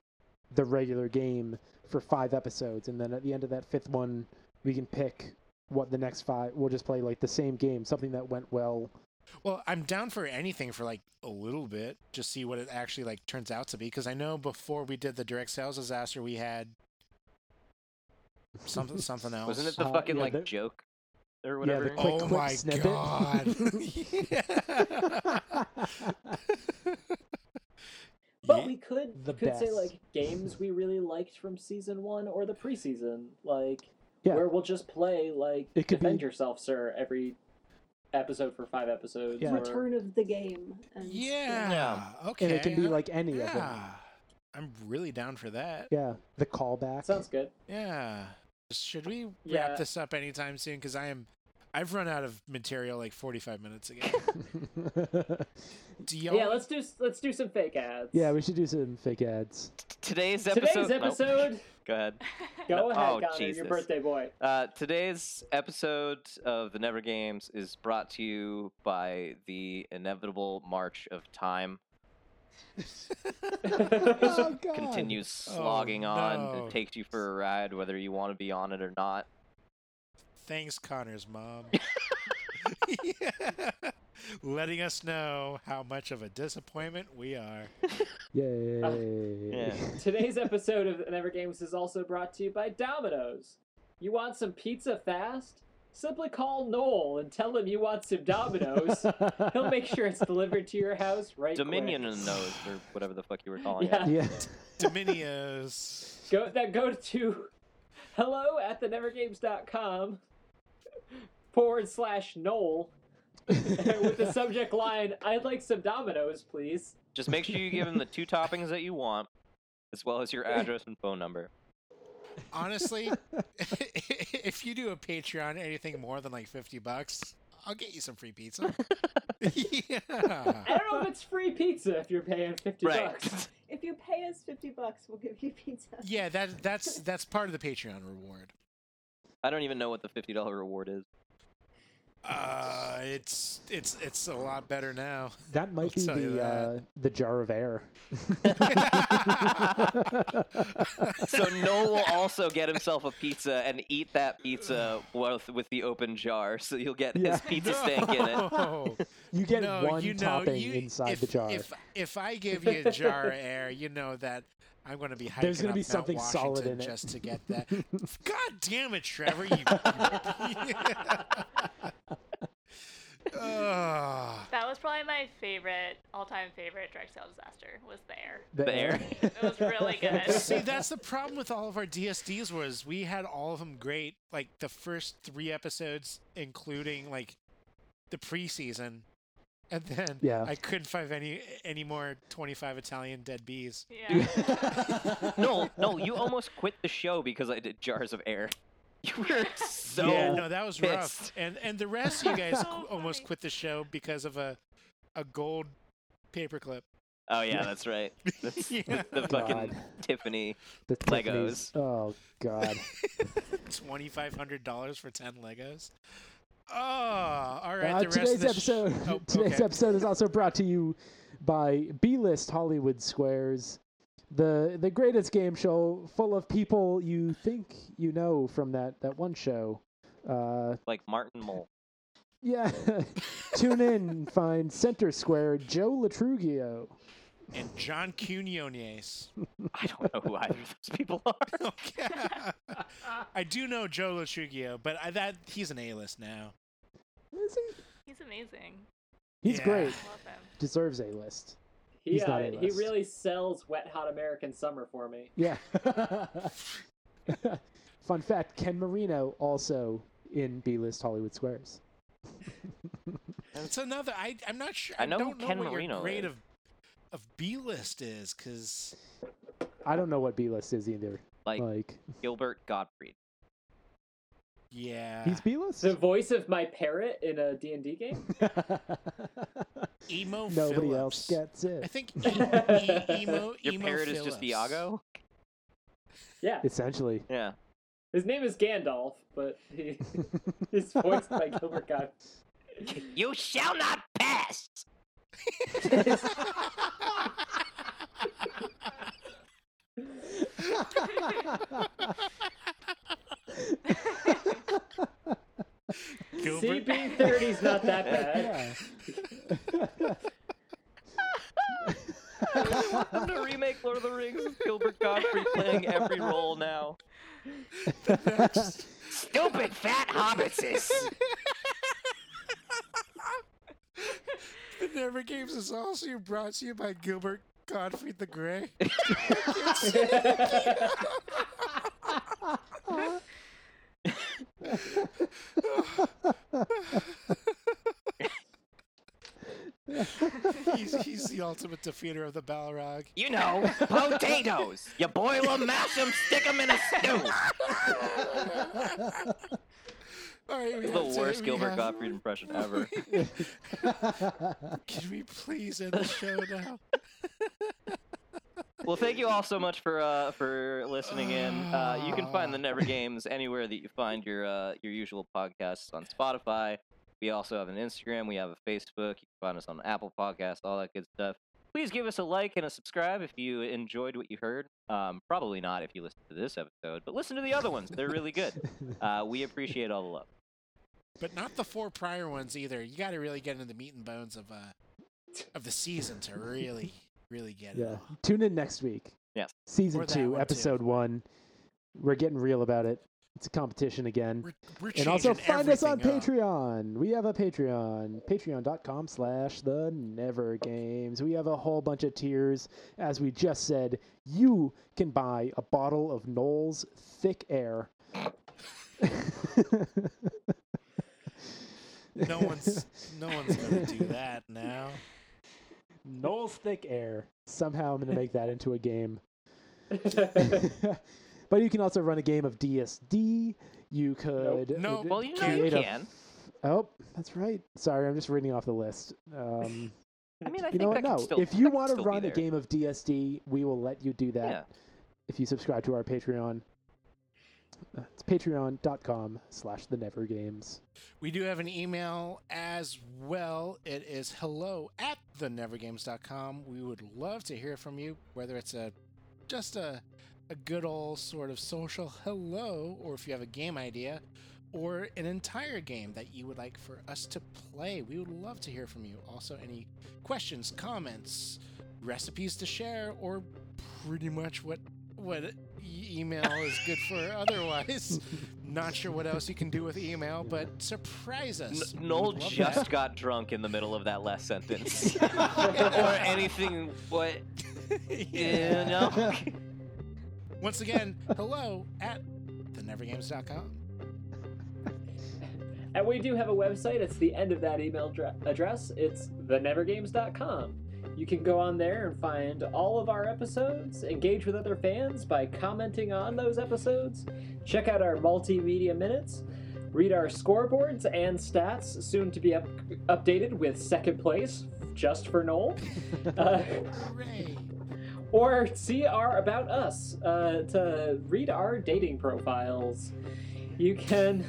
Speaker 3: the regular game for five episodes, and then at the end of that fifth one, we can pick what the next five. We'll just play like the same game, something that went well.
Speaker 2: <laughs> well, I'm down for anything for like a little bit, just see what it actually like turns out to be. Because I know before we did the direct sales disaster, we had something something else.
Speaker 5: Wasn't it the
Speaker 3: Uh,
Speaker 5: fucking
Speaker 3: yeah,
Speaker 5: like
Speaker 3: the-
Speaker 5: joke or
Speaker 3: Yeah,
Speaker 5: whatever?
Speaker 3: the quick,
Speaker 2: Oh
Speaker 3: quick
Speaker 2: my God.
Speaker 3: snippet. <laughs>
Speaker 2: <laughs>
Speaker 1: but
Speaker 2: Yeah.
Speaker 1: we could
Speaker 3: The
Speaker 1: could say
Speaker 3: best.
Speaker 1: like games we really liked from season one or the preseason like
Speaker 3: Yeah.
Speaker 1: where we'll just play like
Speaker 3: It could
Speaker 1: defend
Speaker 3: be-
Speaker 1: yourself sir every episode for five episodes
Speaker 3: Yeah.
Speaker 1: or-
Speaker 6: Return of the game. And,
Speaker 2: Yeah. Okay.
Speaker 3: <laughs> and it can be
Speaker 2: I-
Speaker 3: like any of them.
Speaker 2: yeah. I'm really down for that.
Speaker 3: Yeah, the callback.
Speaker 1: sounds good
Speaker 2: Yeah. Should we wrap
Speaker 1: Yeah.
Speaker 2: this up anytime soon? Because I am, I've run out of material like 45 minutes ago.
Speaker 1: <laughs>
Speaker 2: Do y'all
Speaker 1: Yeah, let's do let's do some fake ads.
Speaker 3: <laughs> yeah, we should do some fake ads.
Speaker 5: Today's episode.
Speaker 1: Today's
Speaker 5: Nope.
Speaker 1: episode.
Speaker 5: Go ahead.
Speaker 8: <laughs>
Speaker 1: Go
Speaker 5: No-
Speaker 1: ahead,
Speaker 5: oh,
Speaker 1: Connor,
Speaker 5: Jesus.
Speaker 1: your birthday boy. <laughs>
Speaker 5: Uh, today's episode of the Never Games is brought to you by the inevitable march of time. <laughs>
Speaker 2: Oh, God.
Speaker 5: Continues
Speaker 2: Oh,
Speaker 5: slogging on.
Speaker 2: no.
Speaker 5: It takes you for a ride, whether you want to be on it or not.
Speaker 2: Thanks, Connor's
Speaker 5: <laughs>
Speaker 2: mom. <laughs> yeah. Letting us know how much of a disappointment we are.
Speaker 3: Yay.
Speaker 5: yeah.
Speaker 1: Today's episode of Never Games is also brought to you by Domino's. You want some pizza fast? Simply call Noel and tell him you want some Domino's. He'll make sure it's delivered to your house right
Speaker 5: Dominion
Speaker 1: quick.
Speaker 5: and those, or whatever the fuck you were calling
Speaker 1: Yeah.
Speaker 5: it.
Speaker 3: <laughs> Yeah.
Speaker 5: <laughs>
Speaker 2: Dominios.
Speaker 1: Go that go to hello at the nevergames.com forward slash Noel <laughs> with the subject line I'd like some Domino's, please.
Speaker 5: Just make sure you give them the two toppings that you want, as well as your address and phone number.
Speaker 2: Honestly, <laughs> if you do a Patreon anything more than like 50 bucks, I'll get you some free
Speaker 5: <laughs>
Speaker 2: pizza. yeah.
Speaker 1: I don't know if it's free pizza if you're paying fifty bucks.
Speaker 5: Right.
Speaker 6: If you pay us fifty bucks, we'll give you pizza.
Speaker 2: Yeah, that that's that's part of the Patreon reward.
Speaker 5: <laughs> I don't even know what the fifty dollar reward is.
Speaker 2: Uh, it's it's it's a lot better
Speaker 5: <laughs>
Speaker 2: now.
Speaker 3: That might be
Speaker 2: tell you
Speaker 3: the
Speaker 2: that.
Speaker 3: uh, the jar
Speaker 2: <laughs>
Speaker 3: of air.
Speaker 5: So Noel will also get himself a pizza and eat that pizza with, with the open jar. So you'll get
Speaker 3: Yeah.
Speaker 5: his
Speaker 2: <laughs>
Speaker 5: pizza stank in it.
Speaker 2: No.
Speaker 3: you get
Speaker 2: No,
Speaker 3: one
Speaker 2: you know,
Speaker 3: topping
Speaker 2: you-
Speaker 3: inside
Speaker 2: if,
Speaker 3: the jar.
Speaker 2: If if I give
Speaker 3: <laughs>
Speaker 2: you a jar of air, you know that I'm going to be hiking
Speaker 3: There's
Speaker 2: going
Speaker 3: gonna
Speaker 2: to
Speaker 3: be something solid in it.
Speaker 2: just to get
Speaker 3: <laughs>
Speaker 2: that. God damn it, Trevor! You. <laughs> Ah.
Speaker 8: That was probably my favorite, all-time favorite Drexel disaster was there.
Speaker 5: The air.
Speaker 8: It
Speaker 3: <laughs>
Speaker 8: was really
Speaker 2: See, <laughs>
Speaker 8: good.
Speaker 2: that's the problem with all of our DSDs was we had all of them great, like the first three episodes, including like the preseason, and then
Speaker 3: Yeah.
Speaker 2: I couldn't find any any more twenty five Italian dead bees.
Speaker 8: Yeah.
Speaker 5: No, no, you almost quit the show because I did jars of air. <laughs> You were so
Speaker 2: yeah, no, that was rough.
Speaker 5: pissed.
Speaker 2: And and the rest of you
Speaker 3: <laughs>
Speaker 2: guys
Speaker 8: So
Speaker 2: qu- almost
Speaker 8: funny.
Speaker 2: quit the show because of a a gold paperclip. <laughs>
Speaker 5: Oh yeah, that's right. That's
Speaker 2: Yeah. Oh,
Speaker 5: the, the fucking
Speaker 3: God.
Speaker 5: Tiffany.
Speaker 3: The Tiffany's-
Speaker 5: Legos.
Speaker 3: Oh God.
Speaker 2: Twenty five hundred dollars for ten Legos. Oh, all right.
Speaker 3: Uh,
Speaker 2: the rest of
Speaker 3: today's
Speaker 2: the sh-
Speaker 3: episode. <laughs>
Speaker 2: Oh,
Speaker 3: today's
Speaker 2: okay.
Speaker 3: episode is also brought to you by B-list Hollywood Squares, the the greatest game show full of people you think you know from that that one show. Uh,
Speaker 5: Like Martin Mole.
Speaker 3: yeah, <laughs> tune in, and find Center Square Joe Latrugio.
Speaker 2: and John Cunones.
Speaker 5: I don't know who either of those people are.
Speaker 2: <laughs>
Speaker 5: <laughs>
Speaker 3: <laughs>
Speaker 2: Okay. I do know Joe Latrugio, but I, that he's an A-list now.
Speaker 3: Is he?
Speaker 8: He's amazing.
Speaker 3: He's
Speaker 2: Yeah.
Speaker 3: great.
Speaker 8: I love him.
Speaker 3: Deserves A list.
Speaker 1: He,
Speaker 3: He's
Speaker 1: uh,
Speaker 3: not A
Speaker 1: he
Speaker 3: list.
Speaker 1: really sells wet hot American summer for me.
Speaker 3: Yeah. <laughs> Fun fact: Ken Marino also in B-list Hollywood Squares.
Speaker 2: That's another. I I'm not sure.
Speaker 5: I know who
Speaker 2: don't know
Speaker 5: Ken
Speaker 2: what
Speaker 5: Marino
Speaker 2: your grade
Speaker 5: is.
Speaker 2: of of B-list is, because
Speaker 3: I don't know what B-list is either.
Speaker 5: Like
Speaker 3: Like
Speaker 5: Gilbert Gottfried.
Speaker 2: yeah,
Speaker 3: He's B-list.
Speaker 1: The voice of my parrot in a D&D game?
Speaker 2: emo.
Speaker 3: <laughs> Nobody
Speaker 2: Phillips.
Speaker 3: else gets
Speaker 2: I <laughs>
Speaker 3: it.
Speaker 2: think emo. e- emo
Speaker 5: Your
Speaker 2: emo
Speaker 5: parrot is just
Speaker 2: Phillips.
Speaker 5: Iago.
Speaker 3: <laughs>
Speaker 1: Yeah.
Speaker 3: Essentially,
Speaker 2: <laughs>
Speaker 5: Yeah.
Speaker 1: His name is Gandalf, but he, <laughs> he's voiced by Gilbert Gottfried.
Speaker 5: You <laughs> shall not pass.
Speaker 2: Gilbert.
Speaker 1: CB30's not that
Speaker 5: <laughs>
Speaker 1: bad.
Speaker 3: yeah.
Speaker 5: I'm gonna remake Lord of the Rings with Gilbert Godfrey playing every role now.
Speaker 2: <laughs>
Speaker 5: Stupid fat hobbitses.
Speaker 2: The Never Games is also brought to you by Gilbert Godfrey the <laughs> Grey.
Speaker 1: <laughs>
Speaker 2: he's, he's the ultimate defeater of the Balrog.
Speaker 5: You <laughs> know, potatoes. You boil them, mash them, stick them in a stew.
Speaker 2: All right, we
Speaker 5: This is
Speaker 2: have
Speaker 5: the
Speaker 2: to-
Speaker 5: worst
Speaker 2: we
Speaker 5: Gilbert
Speaker 2: have-
Speaker 5: Gottfried impression ever.
Speaker 2: <laughs> Can we please end the <laughs> show now?
Speaker 5: well, thank you all so much for uh, for listening in. Uh, you can find
Speaker 3: <sighs>
Speaker 5: the
Speaker 2: Ah.
Speaker 5: Never Games anywhere that you find your uh, your usual podcasts on Spotify. We also have an Instagram. We have a Facebook. You can find us on Apple Podcasts, all that good stuff. Please give us a like and a subscribe if you enjoyed what you heard. Um, probably not if you listen to this episode, but listen to the other ones. They're really good. Uh, we appreciate all the love.
Speaker 2: But not the four prior ones either. You got to really get into the meat and bones of uh of the season to really really get
Speaker 3: yeah.
Speaker 2: it. All.
Speaker 3: Tune in next week.
Speaker 5: Yes.
Speaker 2: Or
Speaker 3: Season
Speaker 2: that one,
Speaker 3: two,
Speaker 2: too.
Speaker 3: episode one. We're getting real about it. It's a competition again.
Speaker 2: We're, we're
Speaker 3: and also
Speaker 2: changing
Speaker 3: find us on
Speaker 2: everything up.
Speaker 3: patreon we have a patreon patreon.com slash the never games we have a whole bunch of tiers as we just said you can buy a bottle of knowles thick air
Speaker 2: No one's no one's gonna do that now.
Speaker 3: knowles thick air somehow i'm gonna make that into a game <laughs> but you can also run a game of dsd you could
Speaker 2: Nope.
Speaker 5: Well, you know
Speaker 2: Can't-
Speaker 5: you
Speaker 3: create a
Speaker 5: can.
Speaker 3: Oh, that's right. Sorry, I'm just reading off the list. Um,
Speaker 5: I mean, I
Speaker 3: you
Speaker 5: think
Speaker 3: know what?
Speaker 5: that could
Speaker 3: No,
Speaker 5: still,
Speaker 3: if
Speaker 5: <laughs>
Speaker 3: you
Speaker 5: that could
Speaker 3: want to
Speaker 5: still be
Speaker 3: run a
Speaker 5: there.
Speaker 3: game of DSD, we will let you do that
Speaker 5: Yeah.
Speaker 3: if you subscribe to our Patreon. Uh, It's patreon.com slash the never games.
Speaker 2: We do have an email as well. It is hello at thenevergames.com. We would love to hear from you, whether it's a just a a good old sort of social hello, or if you have a game idea, or an entire game that you would like for us to play. We would love to hear from you. Also, any questions, comments, recipes to share, or pretty much what what e- email is good for <laughs> otherwise. Not sure what else you can do with email, but surprise us.
Speaker 5: N- Noel
Speaker 2: We'd love
Speaker 5: just
Speaker 2: that.
Speaker 5: <laughs> got drunk in the middle of that last sentence. <laughs> or anything, what?
Speaker 2: <laughs>
Speaker 5: You know?
Speaker 2: Once again, hello at thenevergames.com.
Speaker 1: And we do have a website. It's the end of that email dra- address. It's thenevergames.com. You can go on there and find all of our episodes, engage with other fans by commenting on those episodes, check out our multimedia minutes, read our scoreboards and stats, soon to be up- updated with second place just for Noel. Uh,
Speaker 2: Hooray!
Speaker 1: or see our about us uh, to read our dating profiles. You can.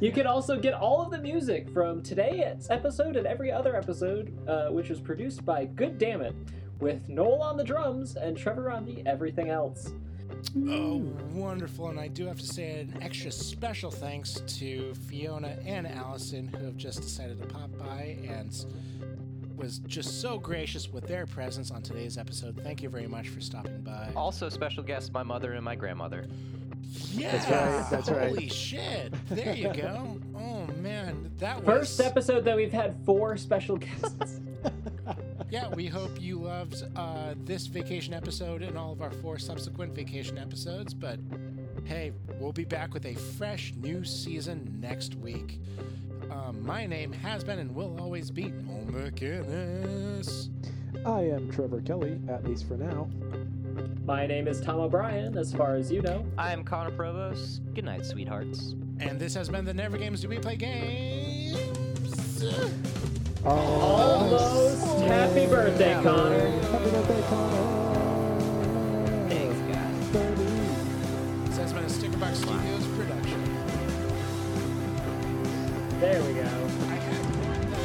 Speaker 1: You can also get all of the music from today's episode and every other episode, uh, which was produced by Good Damn It, with Noel on the drums and Trevor on the everything else.
Speaker 2: Oh, wonderful. And I do have to say an extra special thanks to Fiona and Allison who have just decided to pop by and was just so gracious with their presence on today's episode. Thank you very much for stopping by.
Speaker 5: Also, special guests, my mother and my grandmother.
Speaker 2: Yeah,
Speaker 3: That's right, that's right.
Speaker 2: Holy shit. There you go. Oh, man. That was.
Speaker 1: First episode that we've had four special guests.
Speaker 2: yeah, we hope you loved uh, this vacation episode and all of our four subsequent vacation episodes. But hey, we'll be back with a fresh new season next week. Um, my name has been and will always be Noel McInnes.
Speaker 3: <laughs> I am Trevor Kelly, at least for now.
Speaker 1: My name is Tom O'Brien, as far as you know.
Speaker 5: I am Connor Provost. Good night, sweethearts.
Speaker 2: And this has been the Never Games Do We Play Games.
Speaker 1: Almost happy birthday, Connor.
Speaker 3: Happy birthday, Connor.
Speaker 5: Thanks, guys.
Speaker 3: Thirty.
Speaker 2: This has been a Stickerbox Studios production.
Speaker 1: There we go.
Speaker 2: I had one that-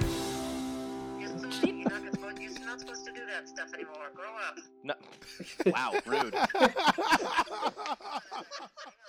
Speaker 7: You're, so- you're, not, supposed- you're not supposed to do that stuff anymore. Grow up.
Speaker 5: No. Wow, rude.
Speaker 7: I know.